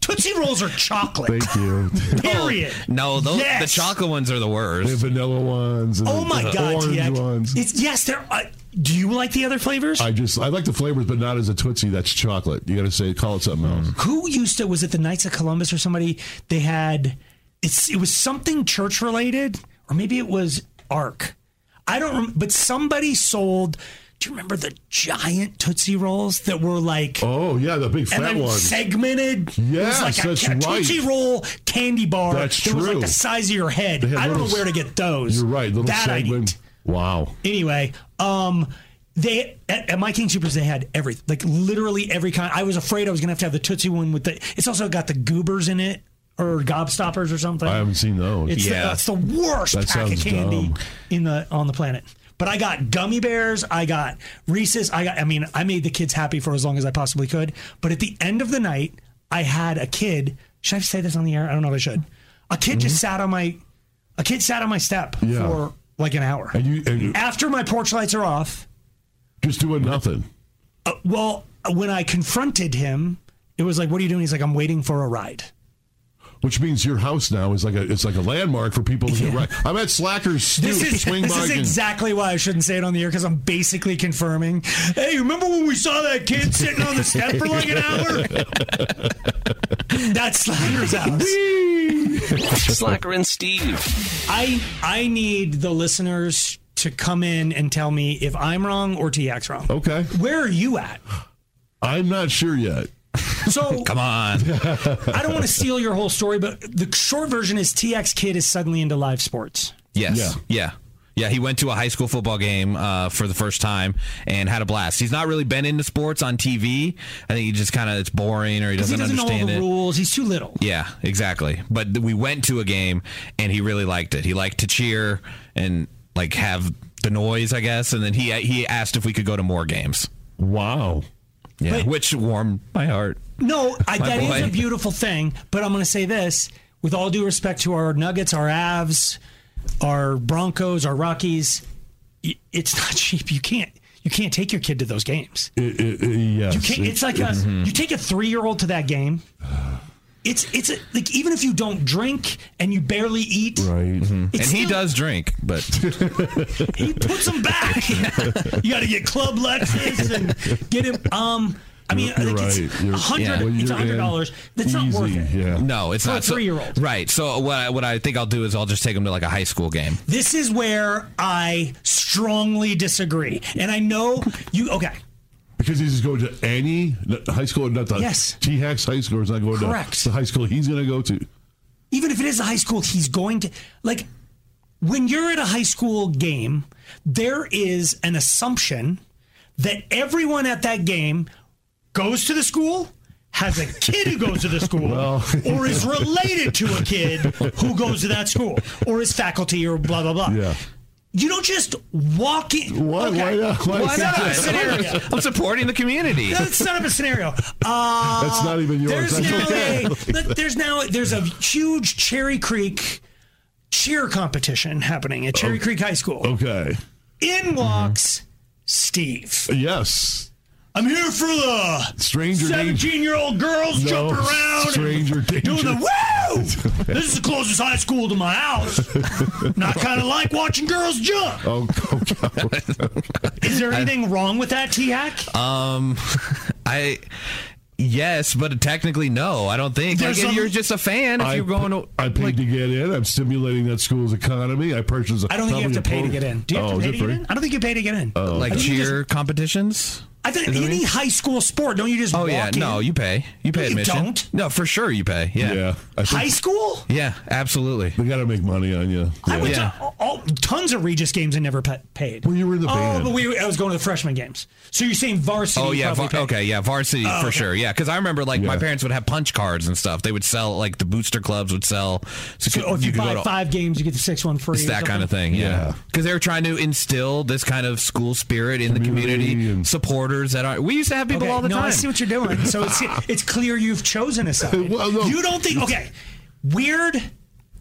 Speaker 2: Tootsie rolls are chocolate.
Speaker 3: Thank you.
Speaker 2: [LAUGHS] period.
Speaker 4: No, those, the
Speaker 2: Yes.
Speaker 4: chocolate ones are the worst.
Speaker 3: The vanilla ones. And
Speaker 2: Oh my
Speaker 3: the
Speaker 2: God,
Speaker 3: orange
Speaker 2: Tiak.
Speaker 3: ones.
Speaker 2: It's yes. There. Uh, do you like the other flavors?
Speaker 3: I just I like the flavors, but not as a Tootsie. That's chocolate. You got to say call it something else.
Speaker 2: who used to was it the Knights of Columbus or somebody? They had it's it was something church related or maybe it was Ark. I don't. Rem- but somebody sold. Do you remember the giant Tootsie Rolls that were like?
Speaker 3: Oh yeah, the big
Speaker 2: and
Speaker 3: fat
Speaker 2: then
Speaker 3: ones.
Speaker 2: segmented. it was
Speaker 3: Yes,
Speaker 2: like a,
Speaker 3: that's
Speaker 2: a Tootsie
Speaker 3: right.
Speaker 2: Roll candy bar.
Speaker 3: That's
Speaker 2: that was like
Speaker 3: true.
Speaker 2: the size of your head.
Speaker 3: had
Speaker 2: I don't know
Speaker 3: little-
Speaker 2: where to get those.
Speaker 3: You're right. Little
Speaker 2: that I need
Speaker 3: segment. Wow.
Speaker 2: anyway, um, they at, at my King Supers they had every like literally every kind. I was afraid I was gonna have to have the Tootsie one with the. It's also got the goobers in it or gobstoppers or something.
Speaker 3: I haven't seen those.
Speaker 2: it's
Speaker 4: Yeah.
Speaker 2: the, that's the worst
Speaker 3: That
Speaker 2: pack of
Speaker 3: sounds
Speaker 2: candy
Speaker 3: dumb.
Speaker 2: in the on the planet. But I got gummy bears. I got Reese's. I got. I mean, I made the kids happy for as long as I possibly could. But at the end of the night, I had a kid. Should I say this on the air? I don't know if I should. A kid just sat on my. A kid sat on my step
Speaker 3: Mm-hmm. Yeah.
Speaker 2: for like an hour
Speaker 3: And you and you-
Speaker 2: after my porch lights are off,
Speaker 3: just doing nothing.
Speaker 2: uh, well, when I confronted him, it was like, "What are you doing?" He's like, "I'm waiting for a ride."
Speaker 3: Which means your house now is like a it's like a landmark for people to get right. I'm at Slackers Stew
Speaker 2: This is
Speaker 3: Swing
Speaker 2: this is
Speaker 3: Bargain.
Speaker 2: exactly why I shouldn't say it on the air because I'm basically confirming. Hey, remember when we saw that kid sitting on the step for like an
Speaker 4: [LAUGHS]
Speaker 2: hour? That's Slider's house.
Speaker 1: Slacker and Steve.
Speaker 2: I I need the listeners to come in and tell me if I'm wrong or TX wrong.
Speaker 3: okay.
Speaker 2: Where are you at?
Speaker 3: I'm not sure yet.
Speaker 2: So
Speaker 4: [LAUGHS]
Speaker 3: [LAUGHS]
Speaker 4: Come on.
Speaker 2: I don't want to steal your whole story, but the short version is TX Kid is suddenly into live sports.
Speaker 4: Yes.
Speaker 3: Yeah.
Speaker 4: Yeah. yeah. he went to a high school football game uh, for the first time and had a blast. He's not really been into sports on TV. I think he just kind of it's boring or he
Speaker 2: Because
Speaker 4: doesn't,
Speaker 2: he doesn't know all
Speaker 4: understand
Speaker 2: the
Speaker 4: it.
Speaker 2: rules. He's too little.
Speaker 4: Yeah, exactly. But th- we went to a game and he really liked it. He liked to cheer and like have the noise, I guess. And then he he asked if we could go to more games.
Speaker 3: Wow.
Speaker 4: Yeah,
Speaker 2: But-
Speaker 4: which warmed my heart.
Speaker 2: No, I,
Speaker 4: My
Speaker 2: that is
Speaker 4: boy.
Speaker 2: a beautiful thing. But I'm going to say this with all due respect to our Nuggets, our Avs, our Broncos, our Rockies, y- it's not [LAUGHS] cheap. You can't. you can't take your kid to those games.
Speaker 3: yes.
Speaker 2: You can't, it's like a,
Speaker 3: Mhm.
Speaker 2: you take a three year old to that game. It's it's a, like even if you don't drink and you barely eat,
Speaker 3: right?
Speaker 4: Mm-hmm. and he does drink, but
Speaker 2: he puts
Speaker 4: [LAUGHS]
Speaker 2: [LAUGHS] them back. you got to get club Lexus and get him. Um, I mean, I
Speaker 4: You're
Speaker 2: think
Speaker 4: right.
Speaker 2: it's
Speaker 4: You're-
Speaker 2: a hundred.
Speaker 4: Yeah. When
Speaker 2: It's
Speaker 4: you're
Speaker 2: a hundred
Speaker 4: in,
Speaker 2: dollars. That's not worth it.
Speaker 4: No, it's
Speaker 2: For a
Speaker 4: not. So-
Speaker 2: three-year-old.
Speaker 4: Right. So what I, what I think I'll do is I'll just take him to like a high school game.
Speaker 2: This is where I strongly disagree, and I know you. Okay,
Speaker 3: Because he's just going to any n- high school, not the
Speaker 2: Yes.
Speaker 3: T Hacks high school. is not going
Speaker 2: Correct.
Speaker 3: to the high school he's going to go to.
Speaker 2: even if it is a high school, he's going to like when you're at a high school game, there is an assumption that everyone at that game goes to the school, has a kid who goes to the school,
Speaker 4: [LAUGHS]
Speaker 2: or is related to a kid who goes to that school, or is faculty, or blah blah blah. Yeah. You don't just walk in.
Speaker 3: Why,
Speaker 2: okay.
Speaker 3: why not?
Speaker 4: Why
Speaker 2: That's
Speaker 4: not?
Speaker 2: a scenario.
Speaker 4: [LAUGHS] I'm supporting the community.
Speaker 2: That's set up a scenario. Uh,
Speaker 3: That's not even yours.
Speaker 2: There's
Speaker 3: That's
Speaker 2: now,
Speaker 3: okay.
Speaker 2: a, th- there's now there's a huge Cherry Creek cheer competition happening at Cherry Creek High School.
Speaker 3: Oh. Okay.
Speaker 2: In walks Steve.
Speaker 3: Yes.
Speaker 2: I'm here for the
Speaker 3: Stranger danger.
Speaker 2: 17 year old girls
Speaker 3: No,
Speaker 2: jumping around. and
Speaker 3: stranger
Speaker 2: Doing
Speaker 3: danger.
Speaker 2: the
Speaker 3: [LAUGHS]
Speaker 2: woo! this is the closest high school to my house. And I kind of like watching girls jump.
Speaker 3: Oh, okay.
Speaker 2: [LAUGHS] Is there anything wrong with that, T Hack?
Speaker 4: Um, [LAUGHS] I yes, but technically no. I don't think. Like,
Speaker 2: There's
Speaker 4: if
Speaker 2: a-
Speaker 4: you're just a fan, if
Speaker 3: I,
Speaker 4: you're going to,
Speaker 3: I paid to get in. I'm stimulating that school's economy. I purchased.
Speaker 2: I don't think you have to pay to get in. Do you have
Speaker 3: oh,
Speaker 2: to
Speaker 3: is
Speaker 2: pay
Speaker 3: it
Speaker 2: to get
Speaker 3: free? Oh.
Speaker 2: in? I don't think you pay to get in.
Speaker 4: like
Speaker 2: I think you
Speaker 4: cheer competitions.
Speaker 2: I think
Speaker 4: Is that what
Speaker 2: any
Speaker 4: you mean?
Speaker 2: high school sport, don't you just
Speaker 4: Oh
Speaker 2: walk
Speaker 4: yeah,
Speaker 2: in?
Speaker 4: no, you pay. You pay
Speaker 2: you
Speaker 4: admission.
Speaker 2: don't.
Speaker 4: No, for sure you pay. Yeah. Yeah,
Speaker 3: Yeah. I think
Speaker 2: high school?
Speaker 4: absolutely.
Speaker 3: they got to make money on you.
Speaker 2: I went
Speaker 4: Yeah.
Speaker 2: to all, all- tons of Regis games and never pa- paid.
Speaker 3: Well, you were in the
Speaker 2: oh,
Speaker 3: band.
Speaker 2: but we, I was going to the freshman games. So you're saying varsity?
Speaker 4: Oh yeah,
Speaker 2: probably Oh,
Speaker 4: var-
Speaker 2: paid.
Speaker 4: okay, yeah, varsity for sure. Yeah, because I remember like my
Speaker 3: Yeah.
Speaker 4: parents would have punch cards and stuff. They would sell like the booster clubs would sell. So,
Speaker 2: So oh, if you,
Speaker 4: could go
Speaker 2: buy
Speaker 4: to-
Speaker 2: five games, you get the sixth one free.
Speaker 4: It's
Speaker 2: or
Speaker 4: that kind of
Speaker 2: something.
Speaker 4: thing, yeah.
Speaker 3: Yeah.
Speaker 4: Because they were trying to instill this kind of school spirit in the
Speaker 3: Community
Speaker 4: community,
Speaker 3: and-
Speaker 4: supporters that are. We used to have people
Speaker 2: Okay,
Speaker 4: all the
Speaker 2: no,
Speaker 4: time.
Speaker 2: I see what you're doing. So
Speaker 4: [LAUGHS]
Speaker 2: it's it's clear you've chosen a side.
Speaker 3: Well, no.
Speaker 2: You don't think okay. Weird,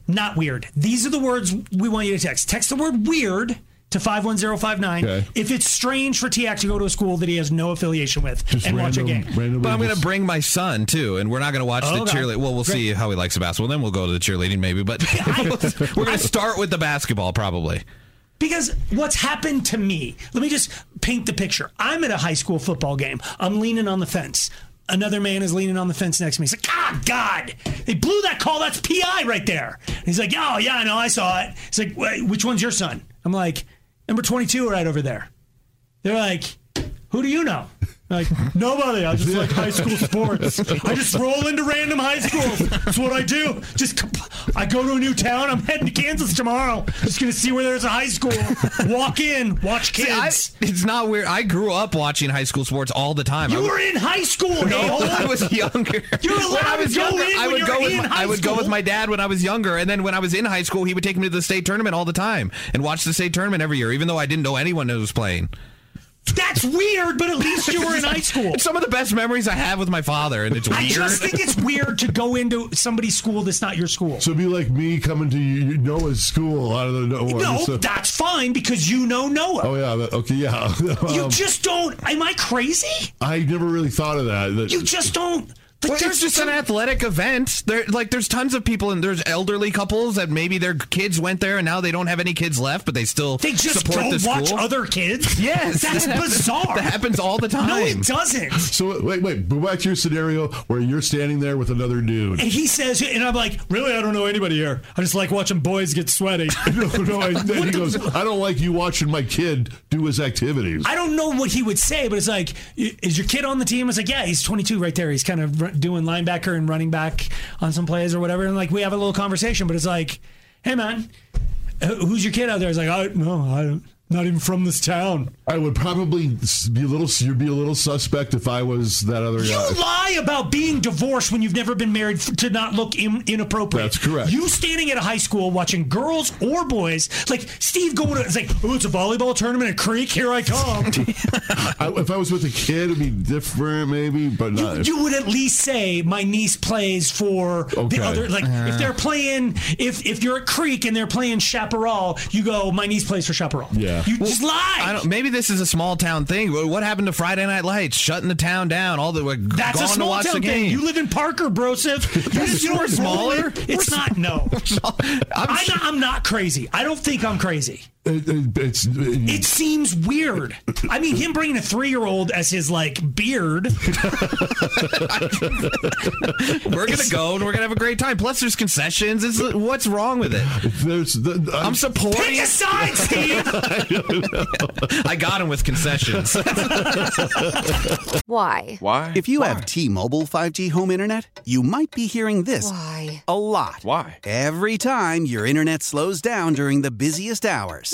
Speaker 2: not weird. These are the words we want you to text. Text the word weird to 51059
Speaker 3: Okay.
Speaker 2: if it's strange for TAC to go to a school that he has no affiliation with
Speaker 3: Just
Speaker 2: and watch a
Speaker 3: random,
Speaker 2: game.
Speaker 3: randomly
Speaker 4: But I'm going to
Speaker 3: just-
Speaker 4: bring my son too, and we're not going to watch the
Speaker 2: Okay.
Speaker 4: cheerleading. Well, we'll see how he likes the basketball. Then we'll go to the cheerleading maybe.
Speaker 2: [LAUGHS]
Speaker 4: But [LAUGHS] we're going to start with the basketball probably.
Speaker 2: Because what's happened to me, let me just paint the picture. I'm at a high school football game. I'm leaning on the fence. Another man is leaning on the fence next to me. He's like, ah, God, they blew that call. That's PI right there. And he's like, oh, yeah, I know. I saw it. He's like, Wait, which one's your son? I'm like, number 22 right over there. They're like, who do you know? I'm like, nobody. I just like high school sports. I just roll into random high schools. That's what I do. Just, comp- I go to a new town. I'm heading to Kansas tomorrow. Just going to see where there's a high school. Walk in, watch
Speaker 4: See, I-
Speaker 2: kids.
Speaker 4: it's not weird. I grew up watching high school sports all the time. I
Speaker 2: you
Speaker 4: would-
Speaker 2: were in high school,
Speaker 4: No,
Speaker 2: a-hole.
Speaker 4: when I was younger.
Speaker 2: [LAUGHS] You're
Speaker 4: When
Speaker 2: allowed to go in
Speaker 4: I
Speaker 2: when
Speaker 4: would
Speaker 2: you're
Speaker 4: go with
Speaker 2: in
Speaker 4: my,
Speaker 2: high
Speaker 4: I would go with
Speaker 2: school.
Speaker 4: my dad when I was younger, and then when I was in high school, he would take me to the state tournament all the time and watch the state tournament every year, even though I didn't know anyone who was playing.
Speaker 2: That's weird, but at least you were in high school.
Speaker 4: It's [LAUGHS] some of the best memories I have with my father, and it's weird.
Speaker 2: I just think it's weird to go into somebody's school that's not your school.
Speaker 3: So it'd be like me coming to you, Noah's school out of the nowhere.
Speaker 2: no,
Speaker 3: So-
Speaker 2: that's fine because you know Noah.
Speaker 3: oh yeah. That, okay. Yeah. [LAUGHS]
Speaker 2: You
Speaker 3: Um,
Speaker 2: just don't. Am I crazy?
Speaker 3: I never really thought of that. that-
Speaker 2: You just don't. But
Speaker 4: Well, it's
Speaker 2: there's
Speaker 4: just an
Speaker 2: some-
Speaker 4: athletic event. There, like, there's tons of people, and there's elderly couples that maybe their kids went there, and now they don't have any kids left, but they still
Speaker 2: They just
Speaker 4: support
Speaker 2: go
Speaker 4: the
Speaker 2: watch
Speaker 4: school.
Speaker 2: other kids.
Speaker 4: Yes,
Speaker 2: that's
Speaker 4: [LAUGHS] that happens-
Speaker 2: bizarre.
Speaker 4: That happens all the time.
Speaker 2: no, it doesn't.
Speaker 3: [GASPS] so wait, wait. Go back to your scenario where you're standing there with another dude.
Speaker 2: And he says, and I'm like, really, I don't know anybody here. I just like watching boys get sweaty. [LAUGHS]
Speaker 3: no, no. I, then he goes, I don't like you watching my kid do his activities.
Speaker 2: I don't know what he would say, but it's like, "I- is your kid on the team? It's like, yeah, he's 22 right there. He's kind of r- doing linebacker and running back on some plays or whatever. And like, we have a little conversation, but it's like, hey, man, who- who's your kid out there? It's like, I, no, I'm not even from this town.
Speaker 3: I would probably s- be a little. You'd be a little suspect if I was that other
Speaker 2: You
Speaker 3: guy.
Speaker 2: lie about being divorced when you've never been married f- to not look in, inappropriate.
Speaker 3: That's correct.
Speaker 2: You standing at a high school watching girls or boys, like Steve going to, it's like, oh, it's a volleyball tournament at Creek. Here I come.
Speaker 3: [LAUGHS] I, if I was with a kid, it'd be different, maybe, but not.
Speaker 2: you, you would at least say my niece plays for
Speaker 3: Okay.
Speaker 2: the other. Like
Speaker 4: Uh-huh.
Speaker 2: if they're playing, if if you're at Creek and they're playing Chaparral, you go my niece plays for Chaparral.
Speaker 3: Yeah.
Speaker 2: [LAUGHS]
Speaker 3: Yeah.
Speaker 2: You just lied.
Speaker 4: I don't, maybe this is a small town thing. Wh- What happened to Friday Night Lights? Shutting the town down. All the we're
Speaker 2: That's
Speaker 4: gone
Speaker 2: a
Speaker 4: to
Speaker 2: small
Speaker 4: watch
Speaker 2: town
Speaker 4: the game.
Speaker 2: thing. You live in Parker, Broseph.
Speaker 4: [LAUGHS]
Speaker 2: You just you know what's smaller. It's not. No,
Speaker 4: I'm,
Speaker 2: I'm not, I'm not crazy. I don't think I'm crazy.
Speaker 3: It, it- Uh, it's
Speaker 2: It seems weird. I mean, him bringing a three-year-old as his like
Speaker 4: [LAUGHS]
Speaker 2: beard. [LAUGHS]
Speaker 4: we're gonna go and we're gonna have a great time. Plus, there's concessions. It's, what's wrong with it?
Speaker 3: there's the,
Speaker 4: I'm
Speaker 2: Pick
Speaker 4: supporting.
Speaker 2: a
Speaker 4: [LAUGHS]
Speaker 2: side, Steve.
Speaker 4: I got him
Speaker 2: [LAUGHS]
Speaker 4: with concessions.
Speaker 9: Why?
Speaker 10: Why?
Speaker 11: If you have T-Mobile 5G home internet, you might be hearing this
Speaker 9: Why?
Speaker 11: a lot. Why? Every time your internet slows down during the busiest hours.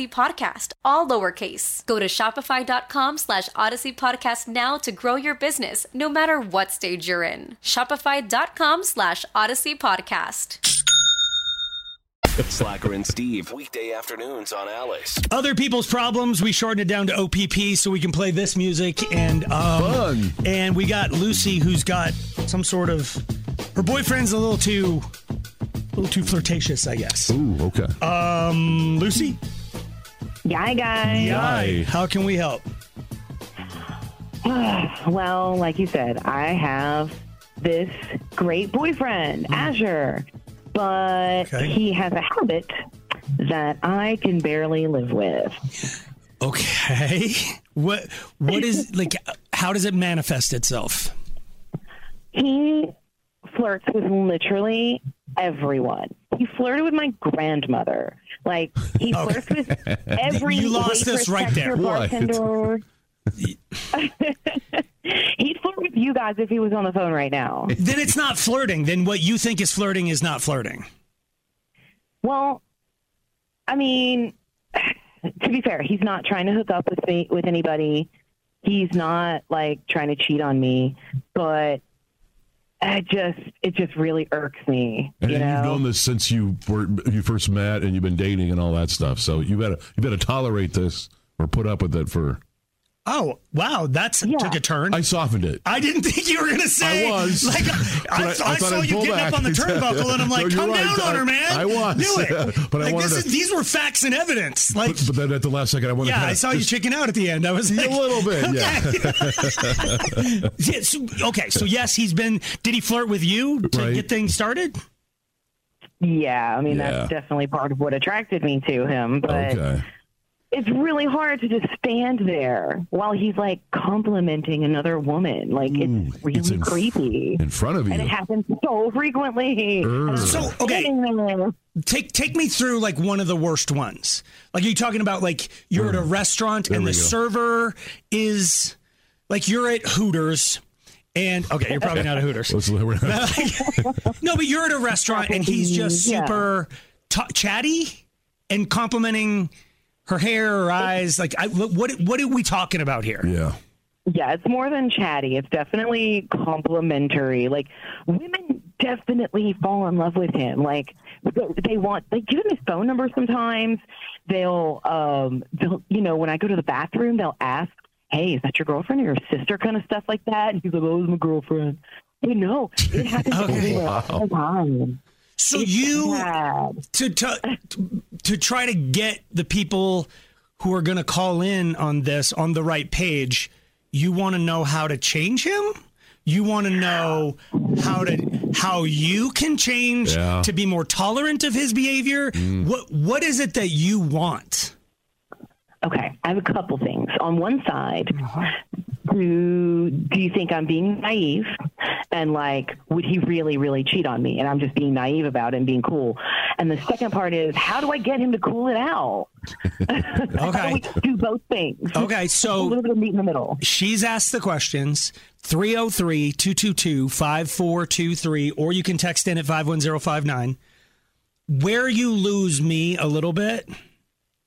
Speaker 12: Podcast, all lowercase. Go to Shopify.com slash Odyssey Podcast now to grow your business, no matter what stage you're in. Shopify.com slash Odyssey Podcast.
Speaker 1: Slacker and Steve, weekday afternoons on Alice.
Speaker 2: Other people's problems. We shorten it down to OPP so we can play this music and um, fun. And we got Lucy, who's got some sort of her boyfriend's a little too, a little too flirtatious, I guess.
Speaker 3: Ooh, okay.
Speaker 2: Um, Lucy.
Speaker 5: Yay, guys.
Speaker 2: Yay. How can we help?
Speaker 5: [SIGHS] well, like you said, I have this great boyfriend,
Speaker 2: Mm.
Speaker 5: Azure, but he has a habit that I can barely live with.
Speaker 2: Okay. [LAUGHS] What what is like how does it manifest itself?
Speaker 5: He flirts with literally everyone. He flirted with my grandmother. Like
Speaker 2: [LAUGHS]
Speaker 5: he flirts with every.
Speaker 2: [LAUGHS] You lost
Speaker 5: waitress,
Speaker 2: us right there.
Speaker 5: cashier,
Speaker 2: What? [LAUGHS]
Speaker 5: bartender. He'd flirt with you guys if he was on the phone right now.
Speaker 2: Then it's not flirting. Then what you think is flirting is not flirting.
Speaker 5: Well, I mean, to be fair, he's not trying to hook up with me with anybody. He's not like trying to cheat on me, but I just it just really irks me.
Speaker 3: And
Speaker 5: you
Speaker 3: then
Speaker 5: know,
Speaker 3: you've known this since you were you first met, and you've been dating and all that stuff. So you better you better tolerate this or put up with it for.
Speaker 2: Oh wow, that's took a turn.
Speaker 3: I softened it.
Speaker 2: I didn't think you were gonna say.
Speaker 3: I was.
Speaker 2: Like I,
Speaker 3: [LAUGHS] But
Speaker 2: I, I
Speaker 3: thought
Speaker 2: saw
Speaker 3: I'd
Speaker 2: you
Speaker 3: pull
Speaker 2: getting
Speaker 3: back. [LAUGHS]
Speaker 2: up on the turnbuckle, and I'm like,
Speaker 3: No,
Speaker 2: come
Speaker 3: you're right.
Speaker 2: down on
Speaker 3: I-
Speaker 2: her, man.
Speaker 3: I was.
Speaker 2: Knew it.
Speaker 3: [LAUGHS] but I
Speaker 2: like
Speaker 3: wanted
Speaker 2: this
Speaker 3: to-
Speaker 2: is, these were facts and evidence. Like,
Speaker 3: but, but then at the last second, I wanted. to
Speaker 2: yeah,
Speaker 3: kinda
Speaker 2: I saw you
Speaker 3: just-
Speaker 2: chicken out at the end. I was like,
Speaker 3: a little bit. [LAUGHS] Yeah.
Speaker 2: Yeah, so- okay, so yes, he's been. Did he flirt with you to
Speaker 3: Right.
Speaker 2: get things started?
Speaker 5: yeah, I mean
Speaker 3: Yeah.
Speaker 5: that's definitely part of what attracted me to him. But
Speaker 3: Okay.
Speaker 5: it's it's really hard to just stand there while he's like complimenting another woman. Like it's really creepy.
Speaker 3: in front of you.
Speaker 5: And it happens so frequently. And I'm [LAUGHS]
Speaker 2: So
Speaker 5: just
Speaker 2: okay,
Speaker 5: standing there.
Speaker 2: take take me through like one of the worst ones. Like are you talking about like you're at a restaurant
Speaker 3: There
Speaker 2: and
Speaker 3: we
Speaker 2: the
Speaker 3: go.
Speaker 2: server is like you're at Hooters and okay, you're probably not a
Speaker 3: [LAUGHS]
Speaker 2: Hooters.
Speaker 3: Let's- we're not-
Speaker 2: [LAUGHS] no, but you're at a restaurant and he's just
Speaker 5: Yeah.
Speaker 2: super ta chatty and complimenting her hair or eyes. Like, I, what what- what are we talking about here?
Speaker 3: Yeah.
Speaker 5: Yeah, it's more than chatty. It's definitely complimentary. Like women definitely fall in love with him. Like they want they give him his phone number sometimes. They'll um they'll you know, when I go to the bathroom they'll ask, Hey, is that your girlfriend or your sister kind of stuff like that? And he's like, Oh, it's my girlfriend. You know, it happens everywhere all the time.
Speaker 2: So you to, to to try to get the people who are going to call in on this on the right page, you want to know how to change him. You want to know how to how you can change
Speaker 3: Yeah. Mm.
Speaker 2: to be more tolerant of his behavior. What what is it that you want?
Speaker 5: Okay, I have a couple things. On one side, do do you think I'm being naive? And like, would he really, really cheat on me? And I'm just being naive about it and being cool. And the second part is, how do I get him to cool it out? [LAUGHS] how do
Speaker 2: Okay.
Speaker 5: we [LAUGHS] do both things?
Speaker 2: Okay, so
Speaker 5: a little bit of meat in the middle.
Speaker 2: She's asked the questions 303 222 5423, or you can text in at 51059. Where you lose me a little bit,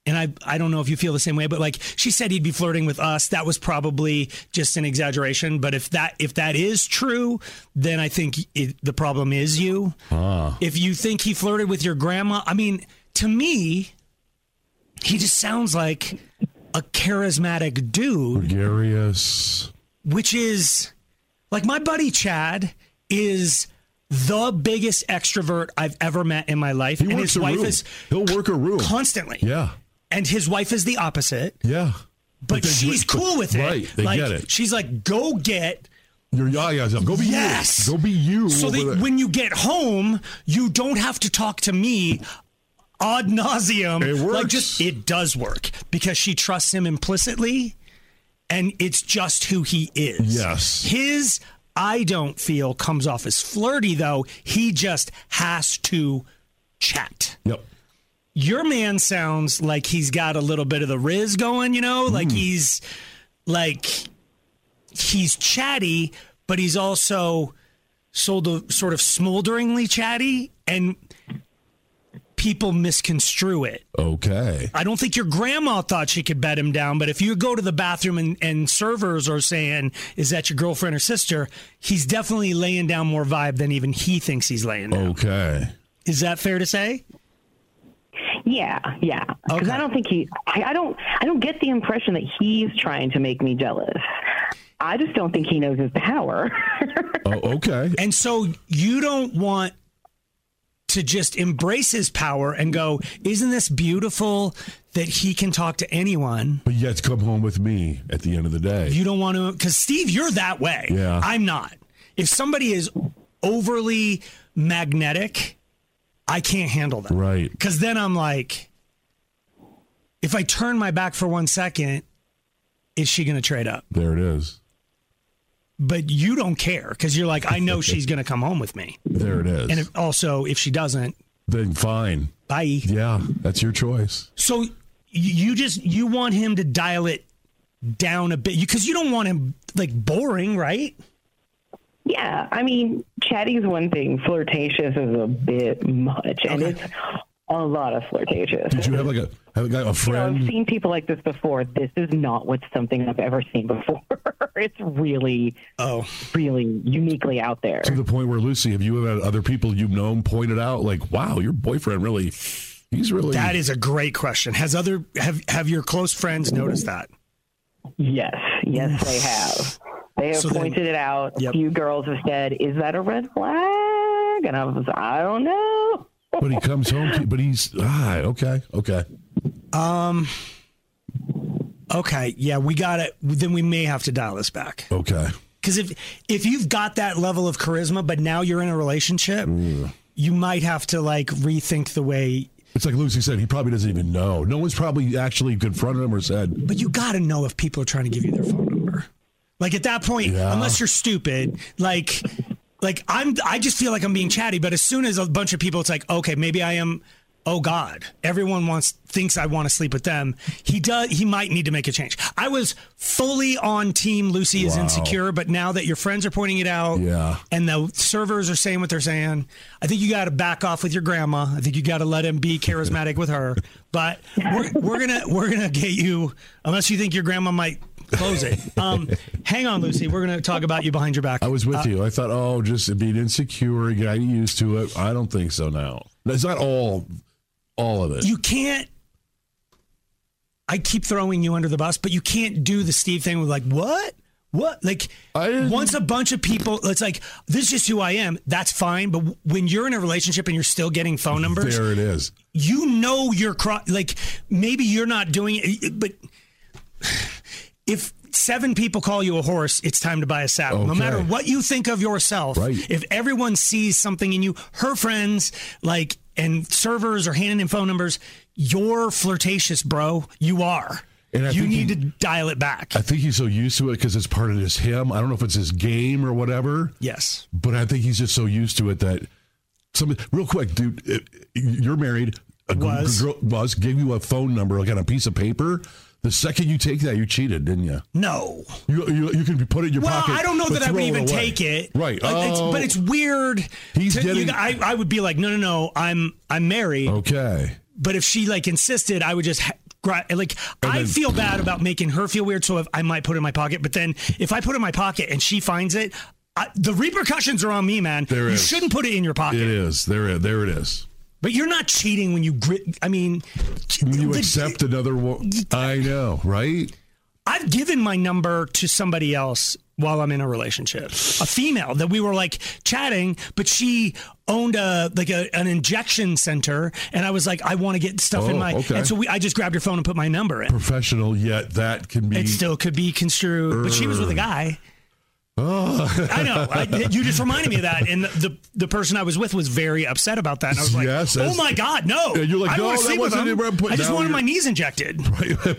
Speaker 2: and I, I don't know if you feel the same way, but like she said he'd be flirting with us. That was probably just an exaggeration. But if that if that is true, then I think it, the problem is you.
Speaker 3: Ah.
Speaker 2: If you think he flirted with your grandma, I mean, to me, he just sounds like a charismatic dude,
Speaker 3: gregarious.
Speaker 2: which is like my buddy Chad is the biggest extrovert I've ever met in my life,
Speaker 3: He
Speaker 2: and
Speaker 3: works
Speaker 2: his
Speaker 3: a
Speaker 2: wife
Speaker 3: room.
Speaker 2: is
Speaker 3: He'll work a room
Speaker 2: constantly,
Speaker 3: Yeah.
Speaker 2: and his wife is the opposite,
Speaker 3: Yeah.
Speaker 2: but,
Speaker 3: they-
Speaker 2: she's
Speaker 3: but-
Speaker 2: cool with it.
Speaker 3: Right. They
Speaker 2: like,
Speaker 3: get it.
Speaker 2: She's like, go get.
Speaker 3: Your yayas up. Go be
Speaker 2: yes.
Speaker 3: you. Go be you.
Speaker 2: So
Speaker 3: over
Speaker 2: that
Speaker 3: there.
Speaker 2: when you get home, you don't have to talk to me ad nauseum.
Speaker 3: It works.
Speaker 2: Like just it does work because she trusts him implicitly, and it's just who he is.
Speaker 3: Yes.
Speaker 2: his I don't feel comes off as flirty though. He just has to chat.
Speaker 3: Yep.
Speaker 2: Your man sounds like he's got a little bit of the riz going. You know, like
Speaker 3: Hmm.
Speaker 2: he's like he's chatty, but he's also sort of sort of smolderingly chatty, and people misconstrue it.
Speaker 3: Okay.
Speaker 2: I don't think your grandma thought she could bet him down, but if you go to the bathroom and, and servers are saying, "Is that your girlfriend or sister?" He's definitely laying down more vibe than even he thinks he's laying down.
Speaker 3: Okay.
Speaker 2: Is that fair to say?
Speaker 5: Yeah, yeah. Because I don't think he. I, I don't. I don't get the impression that he's trying to make me jealous. I just don't think he knows his power.
Speaker 3: [LAUGHS] Oh, okay.
Speaker 2: And so you don't want to just embrace his power and go, "Isn't this beautiful that he can talk to anyone?"
Speaker 3: But you have to come home with me at the end of the day.
Speaker 2: You don't want to, because Steve, you're that way.
Speaker 3: Yeah.
Speaker 2: I'm not. If somebody is overly magnetic, I can't handle that.
Speaker 3: right.
Speaker 2: Because then I'm like, if I turn my back for one second, is she going to trade up?
Speaker 3: There it is.
Speaker 2: But you don't care because you're like, I know she's going to come home with me.
Speaker 3: There it is.
Speaker 2: And if, also, if she doesn't,
Speaker 3: then fine.
Speaker 2: bye.
Speaker 3: Yeah. That's your choice.
Speaker 2: So y- you just you want him to dial it down a bit because you don't want him like boring, right?
Speaker 5: Yeah, I mean, chatty is one thing. Flirtatious is a bit much, and it's a lot of flirtatious.
Speaker 3: Did you have like a have a guy a
Speaker 5: You know, I've
Speaker 3: friend?
Speaker 5: seen people like this before. This is not what something I've ever seen before. [LAUGHS] it's really,
Speaker 2: oh,
Speaker 5: really uniquely out there.
Speaker 3: to the point where Lucy, have you ever had other people you've known pointed out like, wow, your boyfriend really, he's really
Speaker 2: That is a great question. Has other have have your close friends noticed that?
Speaker 5: Yes, yes, they have. They have
Speaker 2: So then-
Speaker 5: pointed it out.
Speaker 2: Yep.
Speaker 5: A few girls have said, "Is that a red flag?" And I was, I don't know.
Speaker 3: But he comes home. to- But he's ah okay, okay.
Speaker 2: Um. Okay. Yeah, we got it. Then we may have to dial this back
Speaker 3: Okay.
Speaker 2: because if if you've got that level of charisma, but now you're in a relationship, you might have to like rethink the way
Speaker 3: It's like Lucy said, he probably doesn't even know. No one's probably actually confronted him or said.
Speaker 2: But you got to know if people are trying to give you their phone number. Like at that point, unless you're stupid, like like I'm I just feel like I'm being chatty, but as soon as a bunch of people it's like, okay, maybe I am oh god, everyone wants thinks I want to sleep with them. He does he might need to make a change. I was fully on team Lucy is
Speaker 3: Wow.
Speaker 2: insecure, but now that your friends are pointing it out
Speaker 3: Yeah.
Speaker 2: and the servers are saying what they're saying, I think you got to back off with your grandma. I think you got to let him be charismatic with her. But we're, we're gonna we're gonna get you unless you think your grandma might close it. Um, hang on, Lucy. We're gonna talk about you behind your back.
Speaker 3: I was with
Speaker 2: Uh,
Speaker 3: you. I thought, oh, just being insecure, getting used to it. I don't think so now. That's not all, all of it.
Speaker 2: You can't. I keep throwing you under the bus, but you can't do the Steve thing with like what. What like once a bunch of people? It's like this is just who I am. That's fine. But when you're in a relationship and you're still getting phone numbers,
Speaker 3: there it is.
Speaker 2: you know you're cro- like maybe you're not doing it but if seven people call you a horse it's time to buy a saddle no
Speaker 3: Okay.
Speaker 2: matter what you think of yourself if everyone sees something in you her friends like and servers are handing in phone numbers you're flirtatious bro you are
Speaker 3: And I
Speaker 2: you
Speaker 3: think
Speaker 2: need to dial it back
Speaker 3: I think he's so used to it because it's part of his him. I don't know if it's his game or whatever.
Speaker 2: Yes,
Speaker 3: but I think he's just so used to it that some real quick, dude. it- You're married. A g-
Speaker 2: Was.
Speaker 3: girl was gave you a phone number like on a piece of paper. The second you take that, you cheated, didn't you?
Speaker 2: No.
Speaker 3: You you, you can put it in your
Speaker 2: well,
Speaker 3: pocket.
Speaker 2: I don't know
Speaker 3: but
Speaker 2: that I would
Speaker 3: throw
Speaker 2: even
Speaker 3: away.
Speaker 2: take it.
Speaker 3: Right.
Speaker 2: Like, it's-
Speaker 3: Oh.
Speaker 2: but it's weird.
Speaker 3: He's
Speaker 2: to- you-
Speaker 3: getting-
Speaker 2: I, I would be like, no, no, no. I'm I'm married.
Speaker 3: Okay.
Speaker 2: But if she like insisted, I would just. ha- gra- Like I feel bad about making her feel weird, so if I might put it in my pocket. But then if I put it in my pocket and she finds it, I, the repercussions are on me, man.
Speaker 3: There
Speaker 2: you
Speaker 3: is.
Speaker 2: shouldn't put it in your pocket.
Speaker 3: It is there. It, there it is.
Speaker 2: But you're not cheating when you grit. I mean,
Speaker 3: You accept another one. I know, right?
Speaker 2: I've given my number to somebody else while I'm in a relationship. A female that we were like chatting, but she owned a like a, an injection center, and I was like, I want to get stuff in
Speaker 3: Oh,
Speaker 2: my.
Speaker 3: okay.
Speaker 2: And so we, I just grabbed your phone and put my number in.
Speaker 3: Professional, yet that can be.
Speaker 2: It still could be construed, but she was with a guy.
Speaker 3: Uh. Oh.
Speaker 2: I know. I, you just reminded me of that, and the, the the person I was with was very upset about that. And I was like,
Speaker 3: Yes,
Speaker 2: "Oh
Speaker 3: that's-
Speaker 2: my god, no!"
Speaker 3: Yeah, you're like,
Speaker 2: I don't
Speaker 3: no,
Speaker 2: wanna
Speaker 3: that
Speaker 2: sleep with
Speaker 3: wasn't
Speaker 2: him.
Speaker 3: anywhere I'm putting
Speaker 2: I just
Speaker 3: down
Speaker 2: wanted my
Speaker 3: your-
Speaker 2: knees injected.
Speaker 3: [LAUGHS] Right, I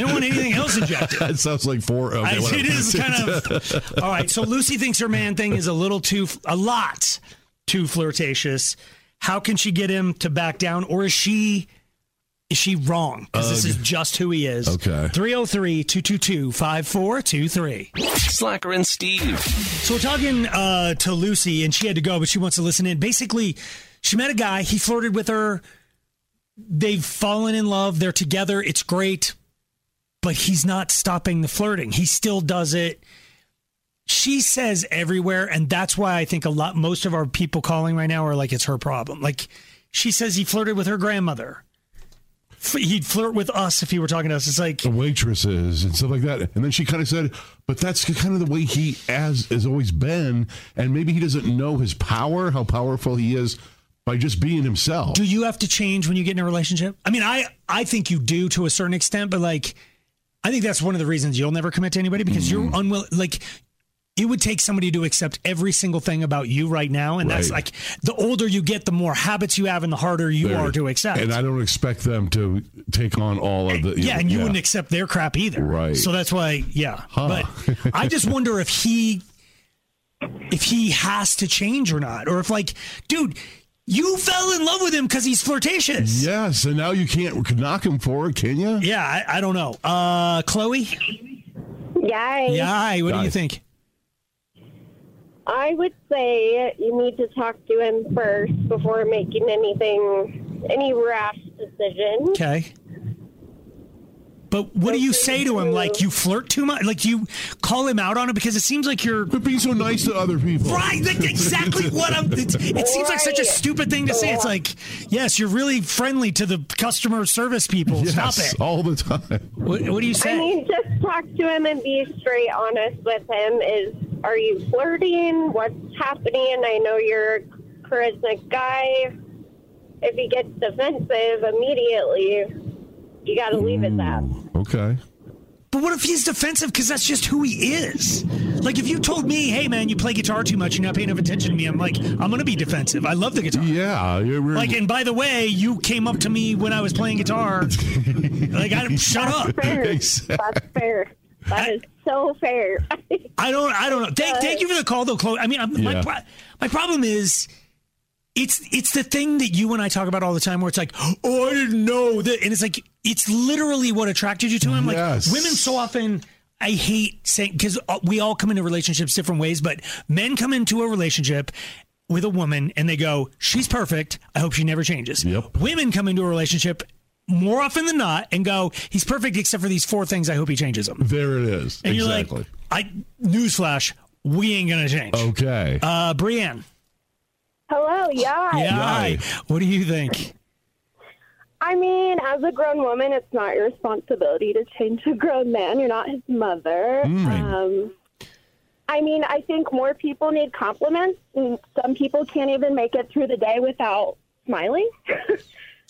Speaker 2: don't want
Speaker 3: [LAUGHS]
Speaker 2: anything else injected.
Speaker 3: that sounds like four. Okay,
Speaker 2: I-
Speaker 3: whatever.
Speaker 2: it is
Speaker 3: [LAUGHS]
Speaker 2: kind of all right. So Lucy thinks her man thing is a little too, a lot too flirtatious. How can she get him to back down, or is she? Is she wrong? Because this is
Speaker 1: Ugh.
Speaker 2: just who he is.
Speaker 1: Okay.
Speaker 2: 303 222 5423.
Speaker 1: Slacker and Steve.
Speaker 2: So we're talking uh, to Lucy, and she had to go, but she wants to listen in. Basically, she met a guy. He flirted with her. They've fallen in love. They're together. It's great, but he's not stopping the flirting. He still does it. She says everywhere, and that's why I think a lot most of our people calling right now are like it's her problem. Like she says he flirted with her grandmother. F- He'd flirt with us if he were talking to us. It's like
Speaker 3: The waitresses and stuff like that. And then she kind of said, "But that's kind of the way he as has always been, and maybe he doesn't know his power, how powerful he is by just being himself."
Speaker 2: Do you have to change when you get in a relationship? I mean, I I think you do to a certain extent, but like, I think that's one of the reasons you'll never commit to anybody because you're
Speaker 3: Mm.
Speaker 2: unwilling. Like, it would take somebody to accept every single thing about you right now, and that's
Speaker 3: Right.
Speaker 2: like the older you get, the more habits you have, and the harder you
Speaker 3: There it
Speaker 2: are
Speaker 3: is.
Speaker 2: to accept.
Speaker 3: And I don't expect them to take on all of the.
Speaker 2: yeah, and you wouldn't accept their crap either.
Speaker 3: Right.
Speaker 2: So that's why, yeah.
Speaker 3: Huh.
Speaker 2: But I just wonder if he if he has to change or not, or if like, dude, you fell in love with him because he's flirtatious.
Speaker 3: Yes, and now you can't knock him for it, can you?
Speaker 2: Yeah, I, I don't know. Uh, Chloe?
Speaker 9: Yay.
Speaker 2: Yay. What do
Speaker 3: Yay.
Speaker 2: you think?
Speaker 9: I would say you need to talk to him first before making anything, any rash decision.
Speaker 2: Okay. But what do you say to him? Like you flirt too much? Like you call him out on it because it seems like you're
Speaker 3: being so nice to other people.
Speaker 2: Right. That's
Speaker 3: [LAUGHS]
Speaker 2: exactly what I'm. It, it seems like such a
Speaker 9: Right.
Speaker 2: stupid thing to say. It's
Speaker 9: Yeah.
Speaker 2: like, yes, you're really friendly to the customer service people. Stop
Speaker 3: Yes,
Speaker 2: it.
Speaker 3: all the time.
Speaker 2: What, what do you
Speaker 9: I
Speaker 2: say?
Speaker 9: mean, just talk to him and be straight honest with him. Is are you flirting? What's happening? I know you're a charismatic guy. If he gets defensive immediately, you got to leave it at that.
Speaker 3: Okay.
Speaker 2: But what if he's defensive because that's just who he is? Like if you told me, hey man, you play guitar too much, you're not paying enough attention to me, I'm like, I'm gonna be defensive. I love the guitar.
Speaker 3: Yeah. You're,
Speaker 2: Like, and by the way, you came up to me when I was playing guitar.
Speaker 3: [LAUGHS]
Speaker 2: like, I shut up.
Speaker 9: That's fair. That is so fair.
Speaker 2: I don't. I don't know. Thank, thank you for the call, though, Chloe. I mean, I'm, my
Speaker 9: Yeah.
Speaker 2: pro- my problem is, it's it's the thing that you and I talk about all the time, where it's like, oh, I didn't know that, and it's like it's literally what attracted you to him. Like women, so often. I hate saying because we all come into relationships different ways, but men come into a relationship with a woman and they go, "She's perfect. I hope she never changes." Yep. Women come into a relationship more often than not and go, "He's perfect except for these four things. I hope he changes them."
Speaker 3: There it is.
Speaker 2: And
Speaker 3: exactly.
Speaker 2: you're like, I newsflash, we ain't gonna change.
Speaker 3: Okay.
Speaker 2: Uh, Brienne.
Speaker 9: Hello, yeah.
Speaker 2: Yeah. hi. What do you think?
Speaker 9: I mean, as a grown woman, it's not your responsibility to change a grown man. You're not his mother. Um, I mean, I think more people need compliments, and some people can't even make it through the day without smiling.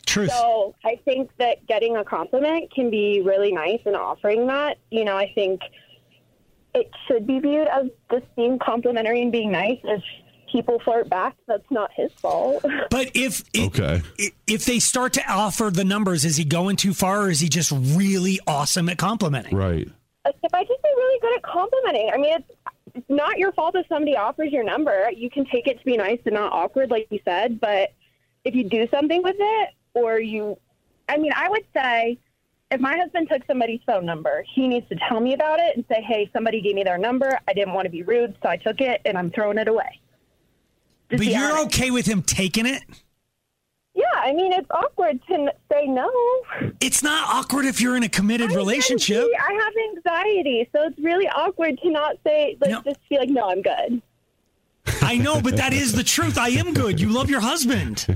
Speaker 2: Truth.
Speaker 9: So I think that getting a compliment can be really nice and offering that. You know, I think it should be viewed as just being complimentary and being nice. If people flirt back, that's not his fault. [LAUGHS]
Speaker 2: But if okay, if they start to offer the numbers, is he going too far, or is he just really awesome at complimenting?
Speaker 3: Right.
Speaker 9: If I just be really good at complimenting, I mean, it's not your fault if somebody offers your number. You can take it to be nice and not awkward, like you said. But if you do something with it, or you, I mean, I would say if my husband took somebody's phone number, he needs to tell me about it and say, hey, somebody gave me their number. I didn't want to be rude, so I took it and I'm throwing it away.
Speaker 2: But you're okay with him taking it?
Speaker 9: Yeah, I mean, it's awkward to n- say no.
Speaker 2: It's not awkward if you're in a committed relationship.
Speaker 9: I have anxiety, so it's really awkward to not say, like, just be like, no, I'm good.
Speaker 2: I know, but that is the truth. I am good. You love your husband.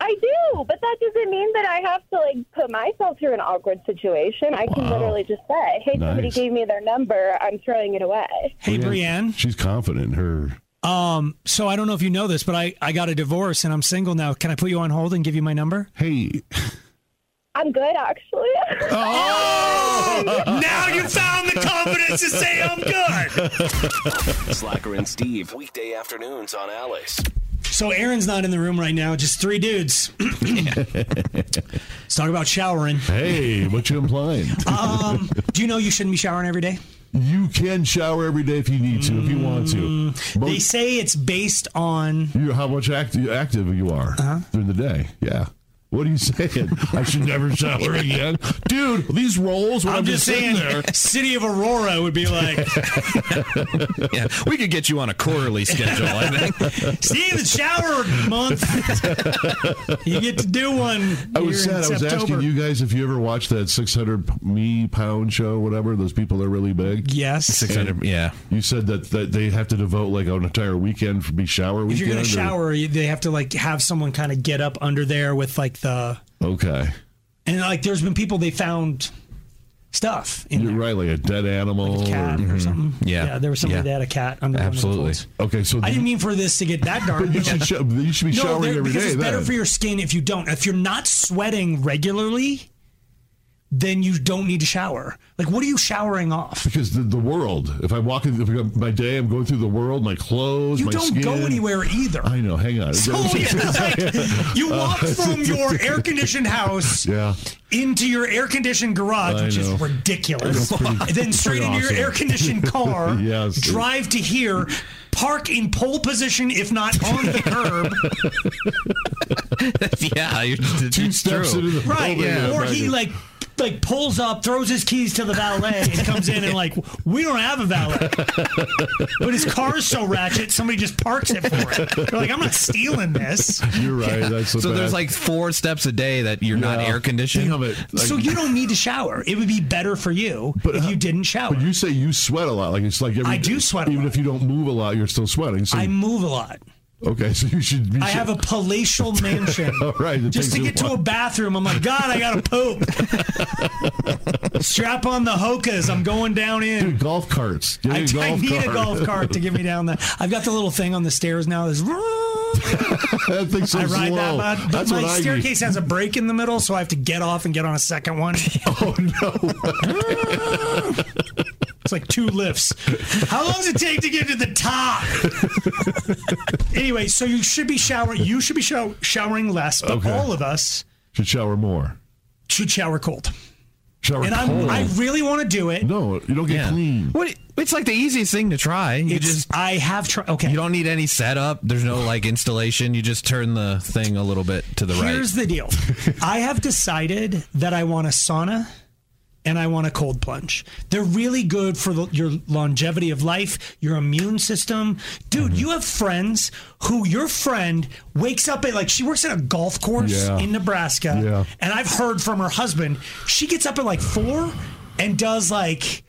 Speaker 9: I do, but that doesn't mean that I have to like put myself through an awkward situation. I can
Speaker 3: Wow.
Speaker 9: literally just say, "Hey, somebody
Speaker 3: Nice.
Speaker 9: gave me their number. I'm throwing it away."
Speaker 2: Hey, Brienne.
Speaker 3: She's confident in her.
Speaker 2: Um, so I don't know if you know this, but I, I got a divorce and I'm single now. Can I put you on hold and give you my number? [LAUGHS]
Speaker 3: Hey.
Speaker 9: I'm good, actually. [LAUGHS]
Speaker 2: Oh! now you found the confidence to say "Oh, I'm [LAUGHS]
Speaker 1: good. Slacker and Steve, weekday afternoons on Alice.
Speaker 2: So Aaron's not in the room right now, just three dudes. [CLEARS THROAT] Let's talk about showering.
Speaker 3: Hey, what you implying? [LAUGHS]
Speaker 2: Um, do you know you shouldn't be showering every day?
Speaker 3: You can shower every day if you need to, if you want to. But
Speaker 2: Mm, They say it's based on Uh-huh.
Speaker 3: you, how much act, active you are during the day. Yeah. What are you saying? I should never shower again, dude. These rolls. When I'm,
Speaker 2: I'm just
Speaker 3: sitting there.
Speaker 2: saying, City of Aurora would be like,
Speaker 4: [LAUGHS] yeah, we could get you on a quarterly schedule. I
Speaker 2: [LAUGHS]
Speaker 4: think.
Speaker 2: Steve, it's shower month. [LAUGHS] you get to do one.
Speaker 3: [LAUGHS] I was
Speaker 2: here in
Speaker 3: sad. I was asking
Speaker 2: September.
Speaker 3: you guys if you ever watched that 600 me pound show, whatever. Those people that are really big.
Speaker 2: Yes.
Speaker 4: 600
Speaker 3: And
Speaker 4: yeah.
Speaker 3: You said that, that they have to devote like an entire weekend for be shower
Speaker 2: If
Speaker 3: weekend.
Speaker 2: you're gonna
Speaker 3: or-
Speaker 2: shower, you- they have to like have someone kind of get up under there with like the
Speaker 3: Okay.
Speaker 2: and like there's been people they found stuff.
Speaker 3: You're right, like a dead animal
Speaker 2: cat or something.
Speaker 3: Mm-hmm. Yeah.
Speaker 2: there was somebody
Speaker 3: Yeah.
Speaker 2: that had a cat under one of the folds.
Speaker 3: Okay, so
Speaker 2: I
Speaker 3: the-
Speaker 2: didn't mean for this to get that dark.
Speaker 3: But you should sho- you should be
Speaker 2: no,
Speaker 3: showering
Speaker 2: there-
Speaker 3: every
Speaker 2: because
Speaker 3: day
Speaker 2: It's better
Speaker 3: then.
Speaker 2: for your skin if you don't. If you're not sweating regularly, then you don't need to shower. Like, what are you showering off?
Speaker 3: because the, the world. If I walk in if I go- my day, I'm going through the world, my clothes,
Speaker 2: You
Speaker 3: my
Speaker 2: don't
Speaker 3: skin.
Speaker 2: go anywhere either.
Speaker 3: I know. Hang on.
Speaker 2: So,
Speaker 3: [LAUGHS]
Speaker 2: yeah, like, you walk from your air-conditioned house
Speaker 3: Uh, Yeah.
Speaker 2: into your air-conditioned garage,
Speaker 3: I
Speaker 2: which
Speaker 3: know.
Speaker 2: is ridiculous.
Speaker 3: It's pretty-
Speaker 2: And [LAUGHS] then straight
Speaker 3: pretty
Speaker 2: into
Speaker 3: awesome.
Speaker 2: your
Speaker 3: [LAUGHS]
Speaker 2: air-conditioned [LAUGHS] car,
Speaker 3: Yes.
Speaker 2: drive to here, park in pole position, if not on the
Speaker 3: [LAUGHS]
Speaker 2: curb.
Speaker 4: [LAUGHS] yeah, you're, it's
Speaker 3: Two steps
Speaker 4: true.
Speaker 3: into the
Speaker 2: right?
Speaker 3: building and
Speaker 2: Or
Speaker 3: back
Speaker 2: he
Speaker 3: in.
Speaker 2: like like pulls up, throws his keys to the valet, and comes in and like we don't have a valet, [LAUGHS] but his car is so ratchet, somebody just parks it for him. They're like, I'm not stealing this.
Speaker 3: You're right. That's
Speaker 4: so
Speaker 3: so
Speaker 4: there's like four steps a day that you're not air conditioned.
Speaker 2: so you don't need to shower. It would be better for you if you didn't shower.
Speaker 3: But you say you sweat a lot. Like it's like every,
Speaker 2: I do sweat a
Speaker 3: Even if you don't move a lot, you're still sweating. So
Speaker 2: I move a lot.
Speaker 3: okay, [LAUGHS] so you should. You
Speaker 2: I
Speaker 3: should-
Speaker 2: have
Speaker 3: [LAUGHS]
Speaker 2: a palatial mansion.
Speaker 3: All right, it
Speaker 2: Just to
Speaker 3: takes
Speaker 2: get to
Speaker 3: while.
Speaker 2: a bathroom, I'm like, God, I
Speaker 3: [LAUGHS]
Speaker 2: gotta poop. Strap on the hokas. I'm going down in.
Speaker 3: Dude, golf carts. Get
Speaker 2: I
Speaker 3: a
Speaker 2: I
Speaker 3: golf
Speaker 2: need
Speaker 3: cart.
Speaker 2: a golf cart to get me down the. I've got the little thing on the stairs now. That's
Speaker 3: [LAUGHS] that thing's so
Speaker 2: I ride
Speaker 3: slow.
Speaker 2: that, bud, but
Speaker 3: That's
Speaker 2: my
Speaker 3: what I
Speaker 2: staircase has a break in the middle, so I have to get off and get on a second one.
Speaker 3: [LAUGHS] oh
Speaker 2: no! [LAUGHS] it's like two lifts. How long does it take to get to the top? anyway, so you should be showering. You should be show- showering less, but
Speaker 3: Okay.
Speaker 2: all of us
Speaker 3: Should shower more.
Speaker 2: should shower cold.
Speaker 3: Shower
Speaker 2: and
Speaker 3: cold.
Speaker 2: I'm, I really want to do it.
Speaker 3: No, you don't get clean.
Speaker 4: What? It's like the easiest thing to try. You just
Speaker 2: I have tried. Okay.
Speaker 4: You don't need any setup. There's no like installation. You just turn the thing a little bit to the
Speaker 2: Here's
Speaker 3: [LAUGHS]
Speaker 2: the deal. I have decided that I want a sauna and I want a cold plunge. They're really good for the, your longevity of life, your immune system.
Speaker 3: Mm-hmm.
Speaker 2: Dude, you have friends who your friend wakes up at like she works at a golf course
Speaker 3: Yeah.
Speaker 2: in Nebraska. And I've heard from her husband, she gets up at like 4 and does like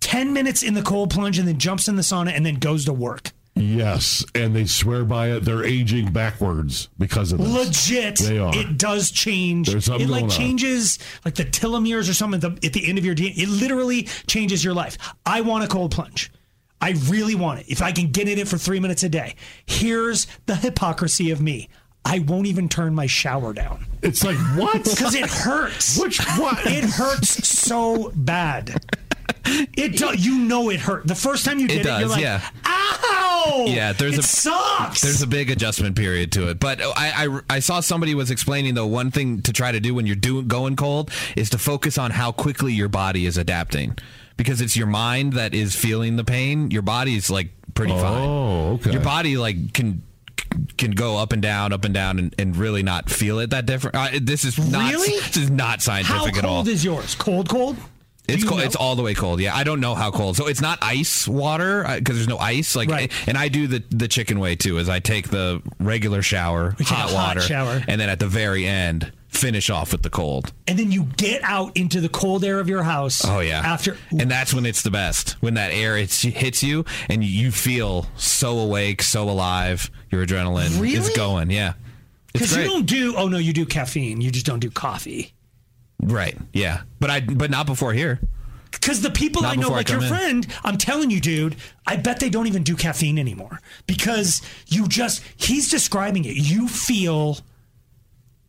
Speaker 2: 10 minutes in the cold plunge and then jumps in the sauna and then goes to work.
Speaker 3: Yes, and they swear by it. They're aging backwards because of this.
Speaker 2: legit
Speaker 3: They are.
Speaker 2: it does change
Speaker 3: There's something
Speaker 2: it like
Speaker 3: going on.
Speaker 2: changes like the telomeres or something at the, at the end of your DNA it literally changes your life I want a cold plunge I really want it if I can get in it for three minutes a day here's the hypocrisy of me I won't even turn my shower down
Speaker 3: it's like what
Speaker 2: because it hurts
Speaker 3: which what
Speaker 2: it hurts so bad it do, you know it hurt the first time you
Speaker 4: It
Speaker 2: did it, you're
Speaker 4: does,
Speaker 2: like
Speaker 4: yeah.
Speaker 2: ow
Speaker 4: Yeah, there's
Speaker 2: it
Speaker 4: a
Speaker 2: sucks
Speaker 4: There's a big adjustment period to it, but I, I I saw somebody was explaining though one thing to try to do when you're doing going cold is to focus on how quickly your body is adapting because it's your mind that is feeling the pain. Your body's like pretty fine.
Speaker 3: Oh, okay.
Speaker 4: Your body like can can go up and down, up and down, and, and really not feel it that different. Uh, this is not
Speaker 2: Really?
Speaker 4: this is not
Speaker 2: how
Speaker 4: scientific
Speaker 2: cold
Speaker 4: at all.
Speaker 2: is yours cold cold
Speaker 4: It's
Speaker 2: you
Speaker 4: cold.
Speaker 2: know?
Speaker 4: It's all the way cold. Yeah, I don't know how cold. So it's not ice water because there's no ice. Like, and I do the the chicken way too. Is I take the regular shower,
Speaker 2: You take a
Speaker 4: hot
Speaker 2: hot
Speaker 4: water,
Speaker 2: shower.
Speaker 4: and then at the very end finish off with the cold.
Speaker 2: and then you get out into the cold air of your house.
Speaker 4: Oh yeah.
Speaker 2: After
Speaker 4: and that's when it's the best when that air hits, hits you and you feel so awake, so alive. Your adrenaline is
Speaker 2: Really?
Speaker 4: going. Yeah. It's
Speaker 2: because you
Speaker 4: great.
Speaker 2: don't do. Oh no, you do caffeine. You just don't do coffee.
Speaker 4: Right. Yeah. But I but not before here.
Speaker 2: Because the people I
Speaker 4: Not
Speaker 2: know,
Speaker 4: before I
Speaker 2: like your
Speaker 4: come in.
Speaker 2: friend, I'm telling you, dude, I bet they don't even do caffeine anymore because you just. He's describing it. You feel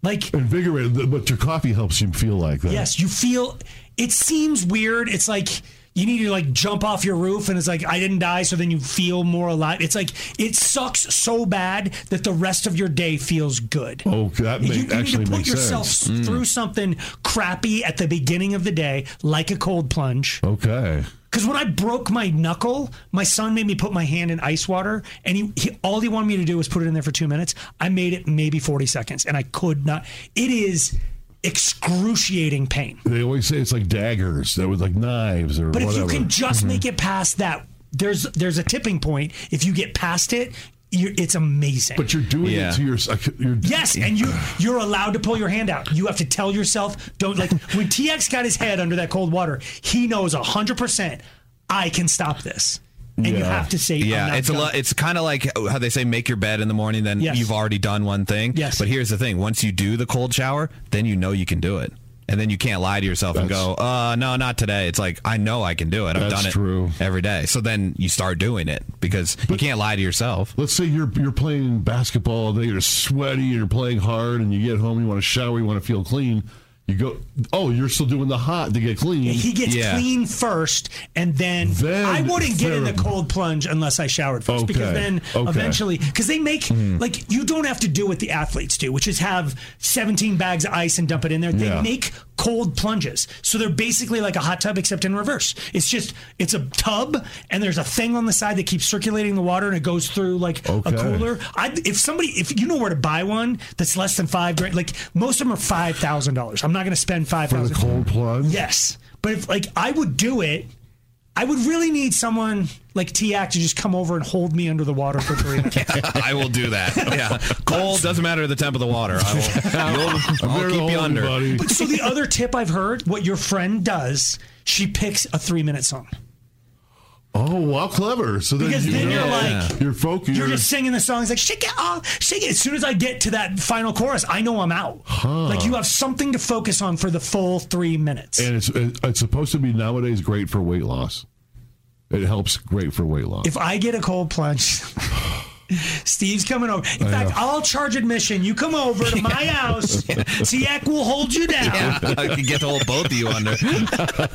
Speaker 2: like
Speaker 3: invigorated, but your coffee helps you feel like that.
Speaker 2: yes, you feel. It seems weird. It's like. You need to like jump off your roof, and it's like I didn't die, so then you feel more alive. It's like it sucks so bad that the rest of your day feels good.
Speaker 3: Oh, that
Speaker 2: You-
Speaker 3: may,
Speaker 2: you, need
Speaker 3: actually
Speaker 2: to put
Speaker 3: makes
Speaker 2: yourself
Speaker 3: sense. Hmm.
Speaker 2: s- through something crappy at the beginning of the day, like a cold plunge.
Speaker 3: Okay.
Speaker 2: Because when I broke my knuckle, my son made me put my hand in ice water, and he, he all he wanted me to do was put it in there for two minutes. I made it maybe forty seconds, and I could not. It is excruciating pain.
Speaker 3: They always say it's like daggers. That was like knives or
Speaker 2: But if
Speaker 3: whatever.
Speaker 2: you can just
Speaker 3: Mhm.
Speaker 2: make it past that, there's there's a tipping point. If you get past it, you're, it's amazing.
Speaker 3: But you're doing it to yourself. You're,
Speaker 2: Yes, and you you're allowed to pull your hand out. You have to tell yourself, don't like when TX got his head under that cold water, he knows hundred percent I can stop this. And you
Speaker 4: Yeah.
Speaker 2: have to say, I'm
Speaker 4: yeah,
Speaker 2: not
Speaker 4: it's a
Speaker 2: done.
Speaker 4: lo- it's kind of like how they say make your bed in the morning, then
Speaker 2: Yes.
Speaker 4: you've already done one thing. Yes. But here's the thing: once you do the cold shower, then you know you can do it, and then you can't lie to yourself and go, "Uh, no, not today." It's like I know I can do it. I've
Speaker 3: That's
Speaker 4: done it
Speaker 3: true.
Speaker 4: every day. So then you start doing it because you can't lie to yourself.
Speaker 3: Let's say you're [LAUGHS] you're playing basketball all day. You're sweaty. You're playing hard, and you get home. You want to shower. You want to feel clean. You go. Oh, you're still doing the hot to get clean.
Speaker 2: he gets clean first, and then, I wouldn't get in the
Speaker 3: therapy.
Speaker 2: cold plunge unless I showered first, because
Speaker 3: Okay,
Speaker 2: then
Speaker 3: okay. Hmm.
Speaker 2: eventually, because they make like you don't have to do what the athletes do, which is have 17 bags of ice and dump it in there. They
Speaker 3: Yeah.
Speaker 2: make cold plunges, so they're basically like a hot tub except in reverse. It's just it's a tub, and there's a thing on the side that keeps circulating the water, and it goes through like
Speaker 3: Okay.
Speaker 2: a cooler. I, if somebody, if you know where to buy one that's less than five grand, like most of them are five thousand dollars. I'm not going to spend five
Speaker 3: For the
Speaker 2: thousand.
Speaker 3: cold plunge.
Speaker 2: Yes, but if like I would do it, I would really need someone like Tiak to just come over and hold me under the water for three [LAUGHS] minutes.
Speaker 4: [LAUGHS] I will do that. Yeah, cold doesn't matter the temp of the water. I
Speaker 3: [LAUGHS]
Speaker 4: will. I'll, I'll keep you under.
Speaker 2: But so the other tip I've heard, what your friend does, she picks a three-minute song.
Speaker 3: Oh, how clever! So then,
Speaker 2: Because
Speaker 3: you
Speaker 2: then you're
Speaker 3: know,
Speaker 2: like-
Speaker 3: you're focused.
Speaker 2: You're just singing the songs like shake it off, shake it. As soon as I get to that final chorus, I know I'm out.
Speaker 3: Huh.
Speaker 2: Like you have something to focus on for the full three minutes.
Speaker 3: and it's it's supposed to be nowadays great for weight loss. It helps great for weight loss.
Speaker 2: If I get a cold plunge, [LAUGHS] Steve's coming over. In
Speaker 3: I
Speaker 2: fact,
Speaker 3: know.
Speaker 2: I'll charge admission. You come over
Speaker 3: [LAUGHS]
Speaker 2: to my house. Tiak will hold you down.
Speaker 4: Yeah, I could get the whole both of you under.
Speaker 10: [LAUGHS]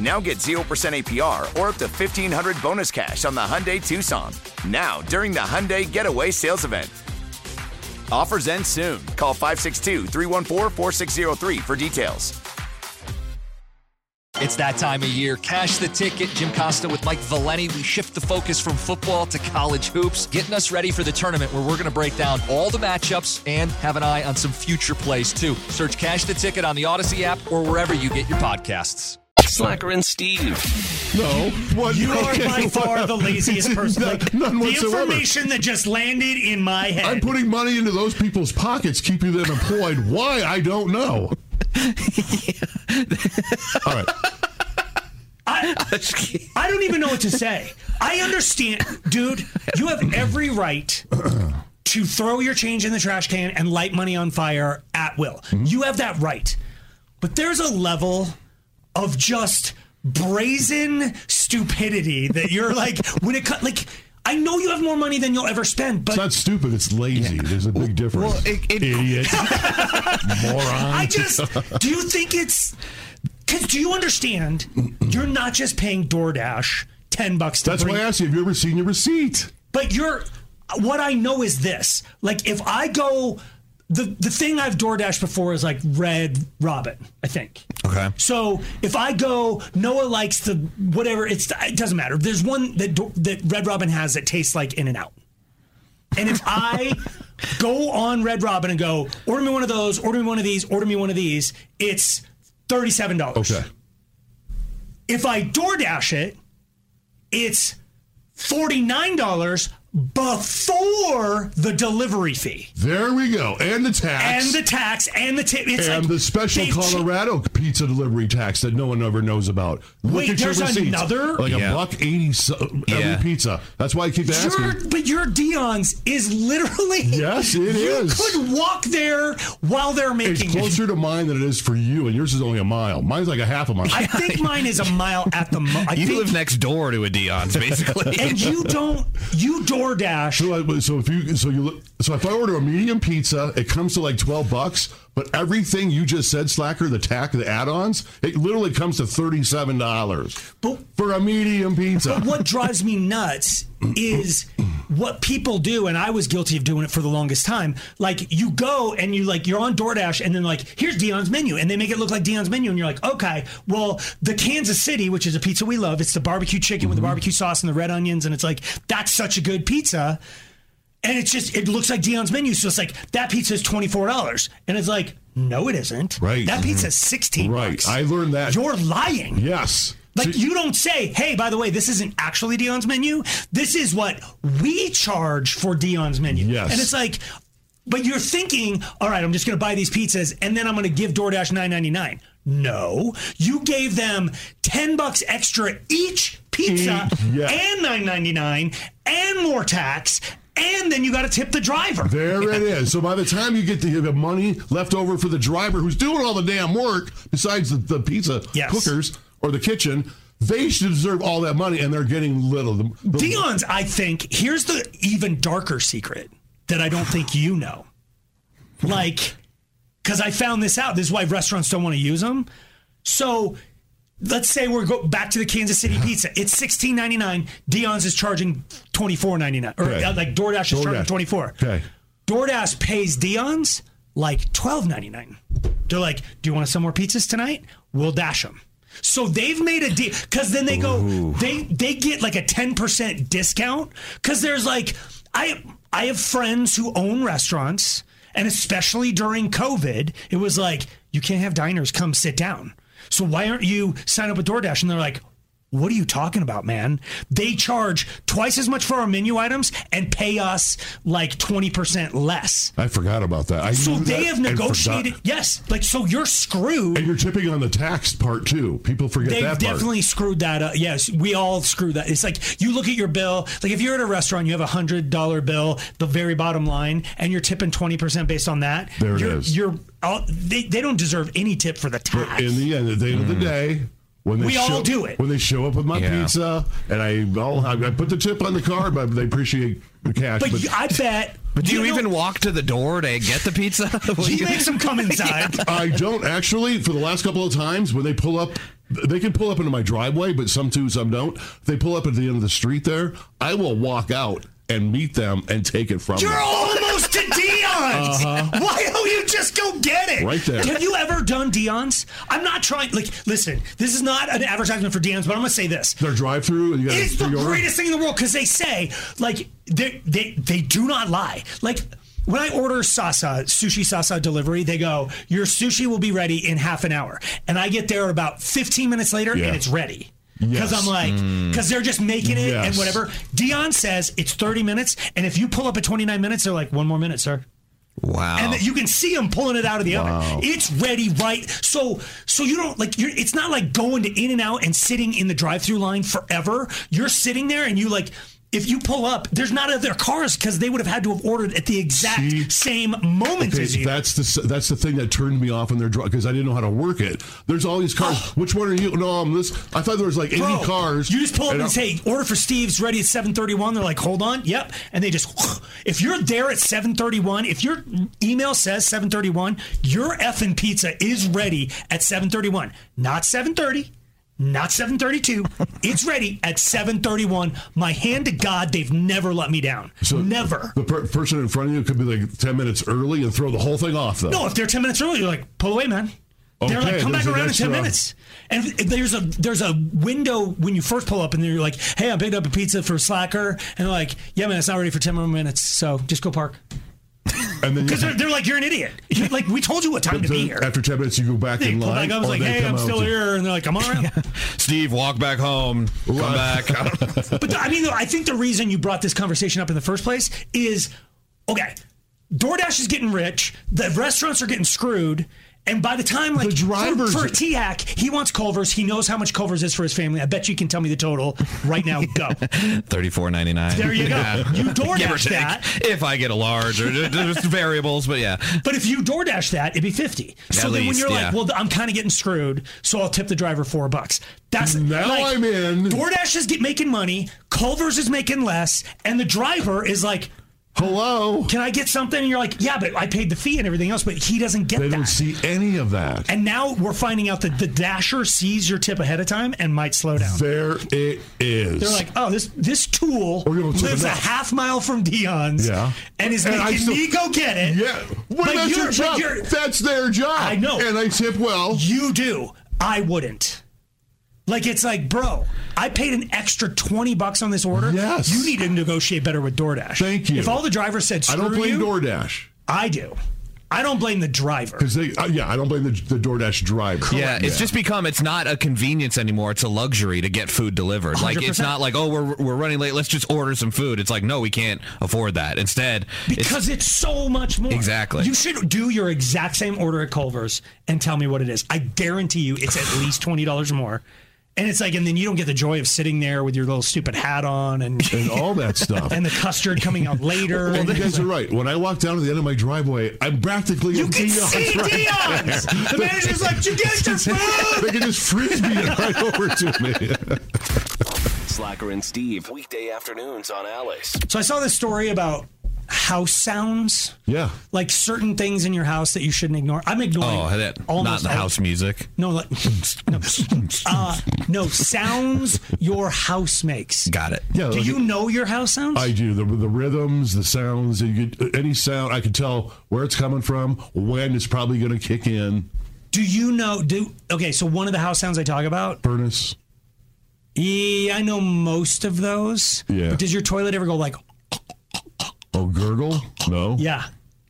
Speaker 13: Now get 0% APR or up to 1500 bonus cash on the Hyundai Tucson. Now, during the Hyundai Getaway Sales Event. Offers end soon. Call 562 314 4603 for details.
Speaker 14: It's that time of year. Cash the ticket. Jim Costa with Mike Valeni. We shift the focus from football to college hoops, getting us ready for the tournament where we're going to break down all the matchups and have an eye on some future plays, too. Search Cash the Ticket on the Odyssey app or wherever you get your podcasts.
Speaker 1: Slacker and Steve.
Speaker 3: No. What?
Speaker 2: You are
Speaker 3: Okay, [LAUGHS]
Speaker 2: by
Speaker 3: what?
Speaker 2: far the laziest person.
Speaker 3: None-
Speaker 2: Like,
Speaker 3: none
Speaker 2: the
Speaker 3: whatsoever.
Speaker 2: information that just landed in my head.
Speaker 3: I'm putting money into those people's pockets, keeping them employed. Why? I don't
Speaker 2: [LAUGHS]
Speaker 3: know. All right.
Speaker 2: I, I don't even know what to say. I understand, dude. You have every right to throw your change in the trash can and light money on fire at will.
Speaker 3: Mm-hmm.
Speaker 2: You have that right. But there's a level of just brazen stupidity that
Speaker 3: [LAUGHS]
Speaker 2: you're like when it cut like I know you have more money than you'll ever spend, but
Speaker 3: It's not stupid. It's lazy. There's a big difference. Idiot. Moron.
Speaker 2: I just do you think it's because do you understand? You're not just paying DoorDash ten bucks. To
Speaker 3: That's why I asked you. Have you ever seen your receipt?
Speaker 2: But you're what I know is this: like if I go. The, the thing I've DoorDash before is like Red Robin, I think.
Speaker 4: Okay.
Speaker 2: So if I go, Noah likes the whatever. It's it doesn't matter. There's one that Do- that Red Robin has that tastes like In and Out. And if I go on Red Robin and go, order me one of those, order me one of these, order me one of these, it's thirty-seven dollars.
Speaker 3: Okay.
Speaker 2: If I DoorDash it, it's forty-nine dollars before the delivery fee
Speaker 3: There we go. And the tax.
Speaker 2: and the tax and the tip. It's
Speaker 3: And
Speaker 2: like
Speaker 3: the special
Speaker 2: they-
Speaker 3: Colorado pizza delivery tax that no one ever knows about. Look
Speaker 2: Wait,
Speaker 3: at your
Speaker 2: there's
Speaker 3: receipts.
Speaker 2: another?
Speaker 3: like
Speaker 2: Yeah.
Speaker 3: a buck eighty so,
Speaker 4: Yeah.
Speaker 3: every pizza. That's why I keep asking.
Speaker 2: Your, but your Dion's is literally
Speaker 3: Yes, it
Speaker 2: you
Speaker 3: is.
Speaker 2: could walk there while they're
Speaker 3: It's
Speaker 2: making it.
Speaker 3: closer to mine than it is for you, and yours is only a mile. Mine's like a half a mile.
Speaker 2: [LAUGHS] I
Speaker 4: [LAUGHS]
Speaker 2: think mine is a mile at the. Mo- I
Speaker 4: you
Speaker 2: think
Speaker 4: live next door to a Dion's,
Speaker 2: [LAUGHS]
Speaker 4: basically.
Speaker 2: and you don't you DoorDash.
Speaker 3: So, I, so if you so you look, so if I order a medium pizza, it comes to like twelve bucks. But everything you just said, Slacker, the tack, the add-ons, it literally comes to thirty-seven dollars for a medium pizza.
Speaker 2: But what drives me nuts is what people do, and I was guilty of doing it for the longest time. Like you go and you like you're on DoorDash, and then like here's Dion's menu, and they make it look like Dion's menu, and you're like, okay, well the Kansas City, which is a pizza we love, it's the barbecue chicken with the barbecue sauce and the red onions, and it's like that's such a good pizza. And it's just it looks like Dion's menu, so it's like that pizza is twenty four dollars, and it's like no, it isn't.
Speaker 3: Right. Mm-hmm.
Speaker 2: That pizza's sixteen.
Speaker 3: Right.
Speaker 2: bucks.
Speaker 3: I learned that.
Speaker 2: You're lying.
Speaker 3: Yes.
Speaker 2: Like you don't say, "Hey, by the way, this isn't actually Dion's menu. This is what we charge for Dion's menu."
Speaker 3: Yes.
Speaker 2: And it's like, but you're thinking, "All right, I'm just going to buy these pizzas and then I'm going to give DoorDash 9.99." No, you gave them 10 bucks extra each pizza
Speaker 3: yeah.
Speaker 2: and 9.99 and more tax, and then you got to tip the driver.
Speaker 3: There
Speaker 2: [LAUGHS]
Speaker 3: it is. So by the time you get the, the money left over for the driver who's doing all the damn work, besides the, the pizza
Speaker 2: Yes.
Speaker 3: cookers or the kitchen, they should deserve all that money, and they're getting little. The- the-
Speaker 2: Dion's, I think, here's the even darker secret that I don't think you know. Like, because I found this out. This is why restaurants don't want to use them. So let's say we're go back to the Kansas City pizza. It's sixteen ninety nine. Dion's is charging twenty four ninety nine, or
Speaker 3: Okay.
Speaker 2: uh, like DoorDash is charging
Speaker 3: DoorDash.
Speaker 2: twenty four.
Speaker 3: Okay.
Speaker 2: DoorDash pays Dion's like twelve ninety nine. They're like, "Do you want to sell more pizzas tonight? We'll dash them." So they've made a deal because then they go they they get like a ten percent discount because there's like I I have friends who own restaurants and especially during COVID it was like you can't have diners come sit down. So why aren't you sign up with DoorDash? And they're like, what are you talking about, man? They charge twice as much for our menu items and pay us like twenty percent less.
Speaker 3: I forgot about that. I
Speaker 2: so
Speaker 3: knew
Speaker 2: they
Speaker 3: that
Speaker 2: have
Speaker 3: and
Speaker 2: negotiated.
Speaker 3: forgot.
Speaker 2: Yes, like so you're screwed.
Speaker 3: And you're tipping on the tax part too. People forget
Speaker 2: They've
Speaker 3: that part.
Speaker 2: definitely screwed that up. Yes, we all screw that. It's like you look at your bill. Like if you're at a restaurant, you have a hundred dollar bill, the very bottom line, and you're tipping twenty percent based on that.
Speaker 3: There it
Speaker 2: you're,
Speaker 3: is.
Speaker 2: You're all, they, they don't deserve any tip for the tax.
Speaker 3: In the end, at the end
Speaker 4: Mm.
Speaker 3: of the day, when they
Speaker 2: We
Speaker 3: show,
Speaker 2: all do it.
Speaker 3: When they show up with my
Speaker 2: Yeah.
Speaker 3: pizza, and I all I, I put the tip on the card, but they appreciate the cash.
Speaker 2: But you- I bet.
Speaker 4: But do you, even walk to the door to get the pizza? [LAUGHS]
Speaker 3: He
Speaker 2: makes them come inside.
Speaker 3: I don't actually. For the last couple of times, when they pull up, they can pull up into my driveway, but some do, some don't. If they pull up at the end of the street there, I will walk out and meet them and take it from
Speaker 2: You're
Speaker 3: them. [LAUGHS]
Speaker 2: almost to Dion's.
Speaker 3: Uh-huh.
Speaker 2: Why don't you just go get it?
Speaker 3: Right there.
Speaker 2: Have you ever done Dion's? I'm not trying. Like, listen, this is not an advertisement for Dion's, but I'm gonna say this.
Speaker 3: Their drive-through. You got
Speaker 2: It's the
Speaker 3: pre-order?
Speaker 2: greatest thing in the world because they say like they they they do not lie. Like when I order sasa sushi sasa delivery, they go your sushi will be ready in half an hour, and I get there about 15 minutes later
Speaker 3: Yeah.
Speaker 2: and it's ready. Because
Speaker 3: Yes.
Speaker 2: I'm like,
Speaker 3: Mm.
Speaker 2: because they're just making it and
Speaker 3: Yes.
Speaker 2: whatever. Dion says it's 30 minutes, and if you pull up at 29 minutes, they're like, one more minute, sir
Speaker 4: Wow.
Speaker 2: and you can see him pulling it out of the
Speaker 4: Wow.
Speaker 2: oven. It's ready, right? So, so you don't like. You're, it's not like going to In and Out and sitting in the drive-through line forever. You're sitting there, and you like. If you pull up, there's not other cars because they would have had to have ordered at the exact same moment
Speaker 3: Okay,
Speaker 2: as you.
Speaker 3: that's the that's the thing that turned me off in their drive because I didn't know how to work it. There's all these cars. Which one are you? No, I'm this. I thought there was like 80
Speaker 2: Oh. Bro,
Speaker 3: cars.
Speaker 2: You just pull up and
Speaker 3: I'm-
Speaker 2: say, "Order for Steve's ready at 7:31." They're like, "Hold on, yep," and they just. [SIGHS] If you're there at 7:31, if your email says 7:31, your effing pizza is ready at 7:31, not 7:30. Not 732. It's ready at 731. My hand to God, they've never let me down. never.
Speaker 3: The per- person in front of you could be like 10 minutes early and throw the whole thing off, though.
Speaker 2: No, if they're ten minutes early, you're like, pull away, man. they're
Speaker 3: Okay,
Speaker 2: like, come back
Speaker 3: there's an
Speaker 2: around in ten
Speaker 3: extra-
Speaker 2: minutes. And if- there's a there's a window when you first pull up, and you're like, hey, I picked up a pizza for Slacker, and they're like, yeah, man, it's not ready for ten more minutes, so just go park. [LAUGHS]
Speaker 3: And then you-
Speaker 2: Because they're, they're like, you're an idiot. You're like, we told you what time to be here.
Speaker 3: After 10 minutes, you go back
Speaker 2: They
Speaker 3: in
Speaker 2: pull
Speaker 3: line.
Speaker 2: back up, I
Speaker 3: or
Speaker 2: was like,
Speaker 3: they
Speaker 2: hey,
Speaker 3: come
Speaker 2: I'm
Speaker 3: out
Speaker 2: still
Speaker 3: to-
Speaker 2: here, and they're like, I'm
Speaker 3: [LAUGHS]
Speaker 2: all right.
Speaker 4: [LAUGHS] Steve, walk back home. Come back. [LAUGHS] I don't know.
Speaker 2: But the- I mean, I think the reason you brought this conversation up in the first place is okay. DoorDash is getting rich. The restaurants are getting screwed. And by the time, like, the drivers. for, for T Hack, he wants Culver's. He knows how much Culver's is for his family. I bet you can tell me the total right now. Go. [LAUGHS]
Speaker 4: Thirty-four ninety-nine.
Speaker 2: There you go. You DoorDash
Speaker 4: Give or take.
Speaker 2: that.
Speaker 4: If I get a large, or there's variables, but yeah.
Speaker 2: But if you DoorDash that, it'd be 50.
Speaker 4: At
Speaker 2: So then when
Speaker 4: least,
Speaker 2: you're
Speaker 4: yeah.
Speaker 2: like, well, I'm kind of getting screwed, so I'll tip the driver four bucks. That's
Speaker 3: Now
Speaker 2: like,
Speaker 3: I'm in.
Speaker 2: DoorDash is get, making money, Culver's is making less, and the driver is like,
Speaker 3: Hello.
Speaker 2: Can I get something? And you're like, yeah, but I paid the fee and everything else, but he doesn't get
Speaker 3: They
Speaker 2: that.
Speaker 3: don't see any of that.
Speaker 2: and now we're finding out that the dasher sees your tip ahead of time and might slow down.
Speaker 3: There it is.
Speaker 2: They're like, oh, this this tool
Speaker 3: gonna tip
Speaker 2: lives
Speaker 3: it
Speaker 2: a
Speaker 3: up."
Speaker 2: half mile from Dion's
Speaker 3: Yeah.
Speaker 2: and is
Speaker 3: And I
Speaker 2: making
Speaker 3: still-
Speaker 2: me go get it.
Speaker 3: Yeah. What
Speaker 2: But
Speaker 3: about
Speaker 2: you're-
Speaker 3: your
Speaker 2: but
Speaker 3: job?
Speaker 2: you're-
Speaker 3: That's their job.
Speaker 2: I know.
Speaker 3: And I tip well.
Speaker 2: You do. I wouldn't. Like it's like, bro, I paid an extra twenty bucks on this order.
Speaker 3: Yes.
Speaker 2: You need to negotiate better with DoorDash.
Speaker 3: Thank you.
Speaker 2: If all the drivers said
Speaker 3: I
Speaker 2: screw
Speaker 3: don't blame
Speaker 2: you,
Speaker 3: DoorDash.
Speaker 2: I do. I don't blame the driver.
Speaker 3: Because they, uh, yeah, I don't blame the, the DoorDash driver.
Speaker 4: Yeah, it's just become it's not a convenience anymore. It's a luxury to get food delivered. Like it's
Speaker 2: 100%.
Speaker 4: not like oh we're we're running late. Let's just order some food. It's like no, we can't afford that. Instead, it's-
Speaker 2: Because it's, so much more.
Speaker 4: Exactly.
Speaker 2: You should do your exact same order at Culver's and tell me what it is. I guarantee you
Speaker 3: [SIGHS]
Speaker 2: it's at least twenty dollars more. And it's like, and then you don't get the joy of sitting there with your little stupid hat on and,
Speaker 3: And all
Speaker 2: [LAUGHS]
Speaker 3: that stuff.
Speaker 2: and the custard
Speaker 3: [LAUGHS]
Speaker 2: coming out later.
Speaker 3: Well,
Speaker 2: And
Speaker 3: you
Speaker 2: it's
Speaker 3: guys
Speaker 2: like-
Speaker 3: are right. When I walk down to the end of my driveway, I'm practically
Speaker 2: You
Speaker 3: in
Speaker 2: can
Speaker 3: Dion's
Speaker 2: see
Speaker 3: right
Speaker 2: Dion's!
Speaker 3: there.
Speaker 2: The manager's like, "You guys are
Speaker 3: [LAUGHS]
Speaker 2: food!"
Speaker 3: They can just frisbee it right over to me.
Speaker 1: Slacker and Steve, weekday afternoons on Alice.
Speaker 2: So I saw this story about house sounds.
Speaker 3: Yeah.
Speaker 2: Like certain things in your house that you shouldn't ignore. I'm ignoring.
Speaker 4: oh that not
Speaker 2: almost
Speaker 4: the
Speaker 2: all-
Speaker 4: house music.
Speaker 2: No, like, no, uh, no sounds your house makes.
Speaker 4: Got it.
Speaker 3: Yeah,
Speaker 2: Do
Speaker 3: like-
Speaker 2: you know your house sounds?
Speaker 3: I do the the rhythms, the sounds. uh, You get, any sound, I can tell where it's coming from, when it's probably going to kick in.
Speaker 2: Do you know? Do okay. So one of the house sounds I talk about
Speaker 3: furnace.
Speaker 2: Yeah, I know most of those.
Speaker 3: Yeah.
Speaker 2: But does your toilet ever go like?
Speaker 3: Oh, gurgle? No.
Speaker 2: Yeah.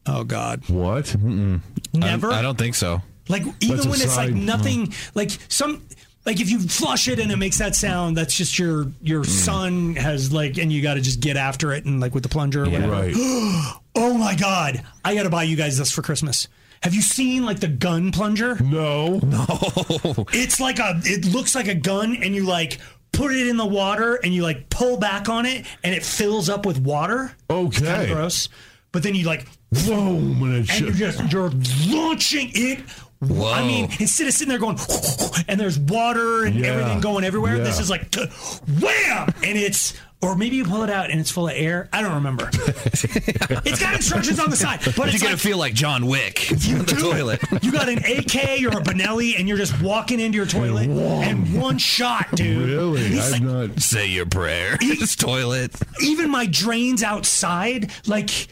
Speaker 2: Oh God.
Speaker 3: What? Mm-mm.
Speaker 2: Never?
Speaker 4: I, I don't think so.
Speaker 2: Like even
Speaker 4: That's a
Speaker 2: when it's like
Speaker 4: sign. [LAUGHS]
Speaker 2: nothing, like some, like if you flush it and it makes that sound, that's just your your son has like, and you got to just get after it and like with the plunger or
Speaker 3: Yeah.
Speaker 2: whatever.
Speaker 3: Right.
Speaker 2: [GASPS] oh my god, I got to buy you guys this for Christmas. Have you seen like the gun plunger?
Speaker 3: No,
Speaker 2: no.
Speaker 4: Oh.
Speaker 2: It's like a, it looks like a gun, and you like put it in the water and you like pull back on it, and it fills up with water.
Speaker 3: Okay,
Speaker 2: kind of gross. But then you like
Speaker 3: boom, and, it
Speaker 2: you're just you're launching it.
Speaker 3: Whoa.
Speaker 2: I mean, instead of sitting there going, [LAUGHS] and there's water and
Speaker 3: Yeah.
Speaker 2: everything going everywhere, this
Speaker 3: Yeah.
Speaker 2: is like, wham! And it's, or maybe you pull it out and it's full of air. I don't remember. it's got instructions on the side, but
Speaker 4: you're
Speaker 2: it's
Speaker 4: gonna
Speaker 2: like,
Speaker 4: feel like John Wick [LAUGHS] on the toilet.
Speaker 2: you got an AK or a Benelli [LAUGHS] and you're just walking into your toilet and one shot, dude.
Speaker 3: Really?
Speaker 2: It's
Speaker 3: I've
Speaker 2: like,
Speaker 3: not.
Speaker 4: Say your prayer. It's toilet.
Speaker 2: even my drains outside, like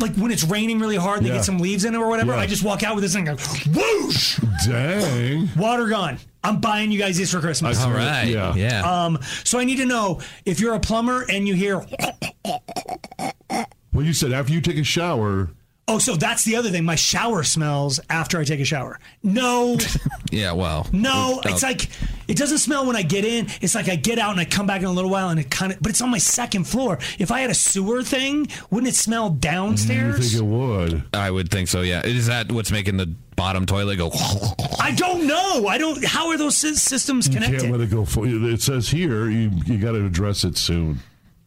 Speaker 2: like when it's raining really hard, and they
Speaker 3: Yeah.
Speaker 2: get some leaves in it or whatever.
Speaker 3: Yeah.
Speaker 2: I just walk out with this thing, and go, whoosh,
Speaker 3: dang,
Speaker 2: water gone. I'm buying you guys this for Christmas.
Speaker 4: All right. Yeah. Yeah.
Speaker 2: Um, so I need to know if you're a plumber and you hear,
Speaker 3: Well, you said after you take a shower.
Speaker 2: oh, so that's the other thing. My shower smells after I take a shower.
Speaker 4: [LAUGHS]
Speaker 2: No,
Speaker 4: Yeah. Well.
Speaker 2: no,
Speaker 4: Oh.
Speaker 2: it's like it doesn't smell when I get in. It's like I get out and I come back in a little while and it kind of, but it's on my second floor. If I had a sewer thing, wouldn't it smell downstairs?
Speaker 3: it would.
Speaker 4: I would think so. Yeah. Is that what's making the bottom toilet go?
Speaker 2: I don't know. I don't. How are those sys- systems
Speaker 3: You
Speaker 2: connected?
Speaker 3: can't let it go. Full. It says here you you got to address it soon.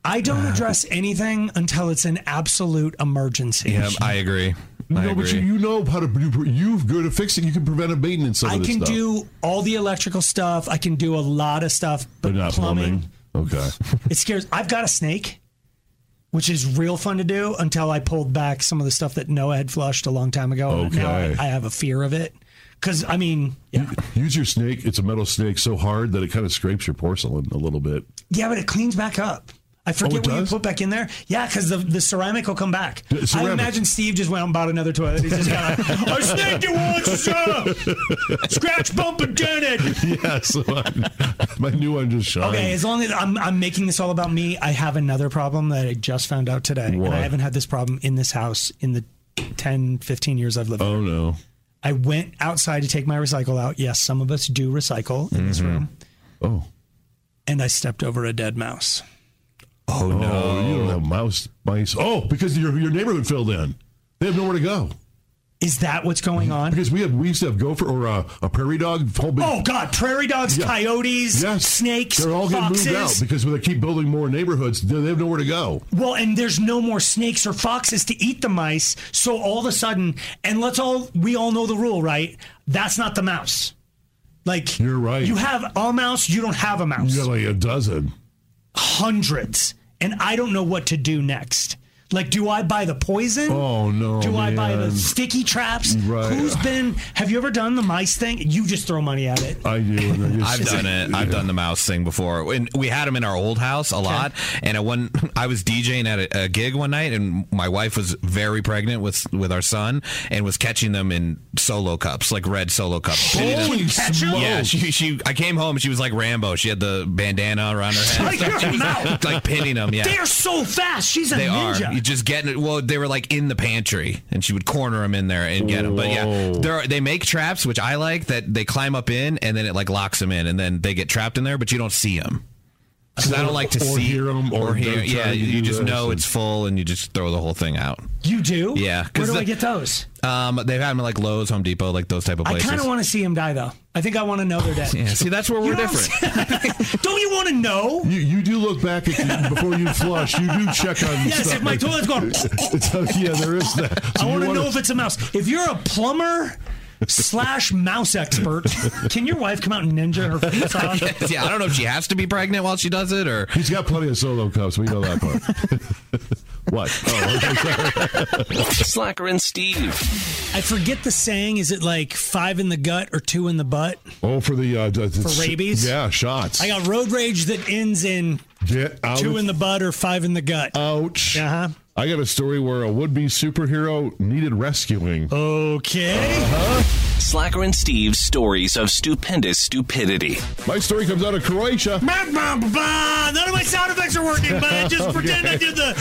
Speaker 2: I don't address anything until it's an absolute emergency.
Speaker 4: Yeah. I agree.
Speaker 3: No,
Speaker 4: I
Speaker 3: but you,
Speaker 4: agree.
Speaker 3: you know how to you, you're good at fixing. You can prevent a maintenance. Some
Speaker 2: I
Speaker 3: of this
Speaker 2: can
Speaker 3: stuff,
Speaker 2: do all the electrical stuff. I can do a lot of stuff, but,
Speaker 3: but not plumbing. Okay.
Speaker 2: it scares. I've got a snake, which is real fun to do until I pulled back some of the stuff that Noah had flushed a long time ago. Now I,
Speaker 3: Okay.
Speaker 2: I have a fear of it because I mean, yeah,
Speaker 3: Use your snake. It's a metal snake so hard that it kind of scrapes your porcelain a little bit.
Speaker 2: yeah, but it cleans back up.
Speaker 3: Oh,
Speaker 2: I
Speaker 3: it
Speaker 2: forget what you
Speaker 3: does?
Speaker 2: put back in there. Yeah, because the, the ceramic will come back.
Speaker 3: The
Speaker 2: I
Speaker 3: ceramic.
Speaker 2: imagine Steve just went out and bought another toilet. He's [LAUGHS] just kind of like, I snaked it once, sir. Scratch bump and dent it.
Speaker 3: [LAUGHS] yeah, so I, my new one just shot.
Speaker 2: Okay, as long as I'm, I'm making this all about me, I have another problem that I just found out today.
Speaker 3: What?
Speaker 2: And I haven't had this problem in this house in the 10, 15 years I've lived
Speaker 3: Oh
Speaker 2: here.
Speaker 3: no.
Speaker 2: I went outside to take my recycle out. Yes, some of us do recycle in this
Speaker 3: Mhm.
Speaker 2: room.
Speaker 3: Oh.
Speaker 2: And I stepped over a dead mouse.
Speaker 3: Oh, no! You don't have mouse mice. Oh, because your your neighborhood filled in. They have nowhere to go. Mm-hmm.
Speaker 2: Is that what's going on?
Speaker 3: Because we have we used to have gopher or a, a prairie dog. Whole big,
Speaker 2: Oh, God. Prairie dogs,
Speaker 3: Yeah.
Speaker 2: coyotes, snakes,
Speaker 3: They're all getting
Speaker 2: foxes.
Speaker 3: moved out because when they keep building more neighborhoods, they they have nowhere to go.
Speaker 2: Well, and there's no more snakes or foxes to eat the mice. So all of a sudden, and let's all, we all know the rule, right? That's not the mouse. Like,
Speaker 3: you're right.
Speaker 2: You have a mouse, you don't have a mouse.
Speaker 3: You got like a dozen.
Speaker 2: Hundreds. And I don't know what to do next. Like, do I buy the poison?
Speaker 3: Oh no!
Speaker 2: Do I buy the
Speaker 3: man.
Speaker 2: sticky traps?
Speaker 3: Right.
Speaker 2: Who's been? Have you ever done the mice thing? You just throw money at it.
Speaker 3: I do. And then you
Speaker 4: [LAUGHS] I've
Speaker 3: just-
Speaker 4: done it. I've done the mouse thing before. And we had them in our old house a lot. And at one, I was DJing at a, a gig one night, and my wife was very pregnant with with our son, and was catching them in solo cups, like red solo cups. She didn't-
Speaker 3: Holy Catch 'em?
Speaker 2: Oh.
Speaker 4: Yeah,
Speaker 3: smokes.
Speaker 4: she, she. I came home, and she was like Rambo. She had the bandana around her
Speaker 2: [LAUGHS]
Speaker 4: head,
Speaker 2: Like your
Speaker 4: She was,
Speaker 2: mouth.
Speaker 4: like pinning them. Yeah,
Speaker 2: They are so fast. She's a
Speaker 4: they
Speaker 2: ninja.
Speaker 4: are. You just getting it. Well, they were like in the pantry, and she would corner them in there and get them. But yeah,
Speaker 3: Whoa.
Speaker 4: there are, they make traps, which I like. That they climb up in, and then it like locks them in, and then they get trapped in there, but you don't see them. Because I don't like to
Speaker 3: Or
Speaker 4: see
Speaker 3: hear 'em, or
Speaker 4: hear.
Speaker 3: they're
Speaker 4: Yeah,
Speaker 3: trying to
Speaker 4: you
Speaker 3: do
Speaker 4: just
Speaker 3: this
Speaker 4: know
Speaker 3: and-
Speaker 4: it's full, and you just throw the whole thing out.
Speaker 2: You do?
Speaker 4: Yeah,
Speaker 2: Where
Speaker 4: 'cause
Speaker 2: do I
Speaker 4: the-
Speaker 2: get those?
Speaker 4: Um, they've had them at like Lowe's, Home Depot, like those type of
Speaker 2: I
Speaker 4: places.
Speaker 2: kind of want to see him die though. I think I want to know they're dead.
Speaker 4: [LAUGHS] yeah, see, that's where we're
Speaker 2: You know what I'm
Speaker 4: different. [LAUGHS]
Speaker 2: saying? [LAUGHS] Don't you want to know?
Speaker 3: You, you do look back at you, before you flush. You do check on.
Speaker 2: Yes,
Speaker 3: stuff
Speaker 2: if my
Speaker 3: like- [LAUGHS]
Speaker 2: toilet's gone-
Speaker 3: So, yeah, there is
Speaker 2: [LAUGHS]
Speaker 3: that. So
Speaker 2: I
Speaker 3: you
Speaker 2: want to
Speaker 3: wanna-
Speaker 2: know if it's a mouse. If you're a plumber slash
Speaker 3: [LAUGHS]
Speaker 2: mouse expert, can your wife come out and ninja her face off?
Speaker 4: yeah, I don't know if she has to be pregnant while she does it, or
Speaker 3: He's got plenty of solo cups. We know that part. [LAUGHS] what? Oh, okay, sorry.
Speaker 1: Slacker and Steve.
Speaker 2: I forget the saying. Is it like five in the gut or two in the butt?
Speaker 3: oh, for the uh, the-
Speaker 2: For rabies?
Speaker 3: Yeah, shots.
Speaker 2: I got road rage that ends in
Speaker 3: Get out.
Speaker 2: two
Speaker 3: of-
Speaker 2: in the butt or five in the gut.
Speaker 3: Ouch.
Speaker 2: Uh huh.
Speaker 3: I got a story where a would-be superhero needed rescuing.
Speaker 2: Okay.
Speaker 1: Slacker and Steve's stories of stupendous stupidity.
Speaker 3: My story comes out of Croatia.
Speaker 2: None of my sound effects are working,
Speaker 3: [LAUGHS]
Speaker 2: but I just pretend I did the.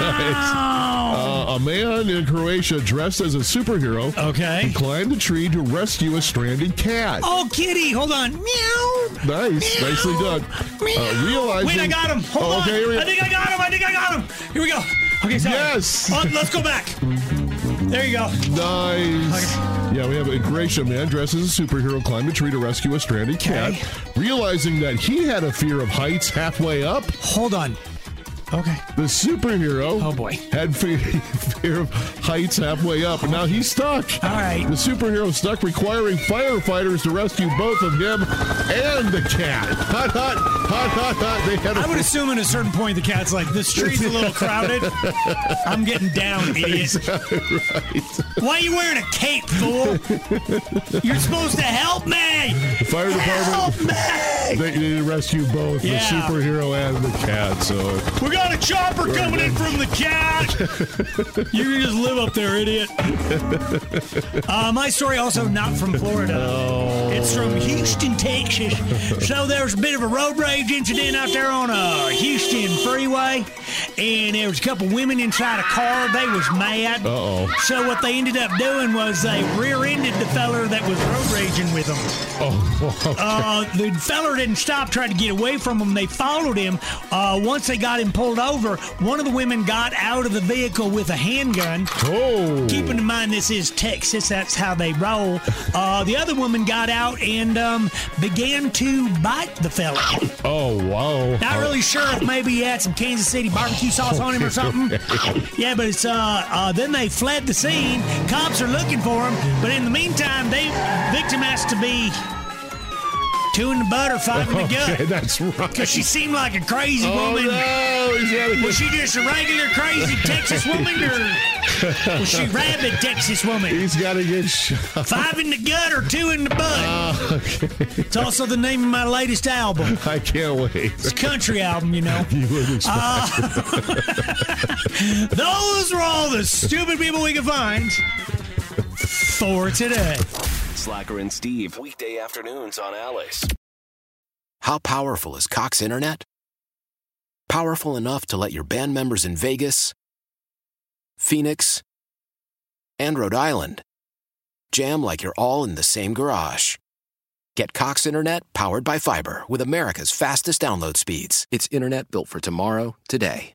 Speaker 3: Nice. Uh, a man in Croatia dressed as a superhero.
Speaker 2: Okay.
Speaker 3: Climbed a tree to rescue a stranded cat.
Speaker 2: Oh, kitty, hold on. Meow.
Speaker 3: Nice, nicely done. Uh, realizing,
Speaker 2: Wait, I got him. Hold
Speaker 3: Oh,
Speaker 2: on.
Speaker 3: okay, here we go.
Speaker 2: I think I got him. I think I got him. Here we go. Okay, sorry.
Speaker 3: Yes.
Speaker 2: Oh, let's go back. There you go.
Speaker 3: Nice. Yeah, we have a Gracia man dressed as a superhero climbed a tree to rescue a stranded cat, realizing that he had a fear of heights halfway up.
Speaker 2: Hold on. Okay.
Speaker 3: The superhero.
Speaker 2: Oh boy.
Speaker 3: Had fear, [LAUGHS] fear of heights halfway up, and now he's stuck.
Speaker 2: All right.
Speaker 3: The superhero stuck, requiring firefighters to rescue both of him and the cat. Hot, hot, hot, hot, hot. They had. a-
Speaker 2: I would assume at a certain point the cat's like, this tree's a little crowded. I'm getting
Speaker 3: [LAUGHS]
Speaker 2: down, idiot. Why are you wearing a cape,
Speaker 3: [LAUGHS]
Speaker 2: fool? You're supposed to help me.
Speaker 3: The fire department. They needed to rescue both
Speaker 2: Yeah.
Speaker 3: the superhero and the cat. So
Speaker 2: We got a chopper coming in from the cat. you can just live up there, idiot. Uh, my story also not from Florida. It's from Houston, Texas. So there was a bit of a road rage incident out there on a Houston freeway, and there was a couple women inside a car. They was mad.
Speaker 3: Uh-oh.
Speaker 2: So what they ended up doing was they rear-ended the feller that was road raging with them.
Speaker 3: Oh,
Speaker 2: Uh, the feller didn't stop, tried to get away from him. They followed him. Uh, once they got him pulled over, one of the women got out of the vehicle with a handgun.
Speaker 3: Oh.
Speaker 2: Keeping in mind this is Texas, that's how they roll. Uh, the other woman got out and um, began to bite the fella.
Speaker 3: oh wow.
Speaker 2: Not really sure if maybe he had some Kansas City barbecue sauce on
Speaker 3: [LAUGHS]
Speaker 2: him or something. Yeah, but it's uh, uh then they fled the scene. Cops are looking for him, but in the meantime, they victim has to be two in the butt or five in the
Speaker 3: [LAUGHS] Okay,
Speaker 2: gut.
Speaker 3: that's right.
Speaker 2: Cause she seemed like a crazy
Speaker 3: Oh,
Speaker 2: woman.
Speaker 3: no, he's gotta get-
Speaker 2: Was she just a regular crazy Texas woman, or was she rabid Texas woman?
Speaker 3: He's got to get shot.
Speaker 2: Five in the gut or two in the butt? It's also the name of my latest album.
Speaker 3: Oh, I can't wait.
Speaker 2: It's a country album, you know.
Speaker 3: [LAUGHS]
Speaker 2: Uh,
Speaker 3: You wouldn't expect
Speaker 2: [LAUGHS] Those were all the stupid people we could find for today.
Speaker 1: Slacker and Steve, weekday afternoons on Alice.
Speaker 15: How powerful is Cox Internet? Powerful enough to let your band members in Vegas, Phoenix, and Rhode Island jam like you're all in the same garage. Get Cox Internet powered by fiber with America's fastest download speeds. It's internet built for tomorrow, today.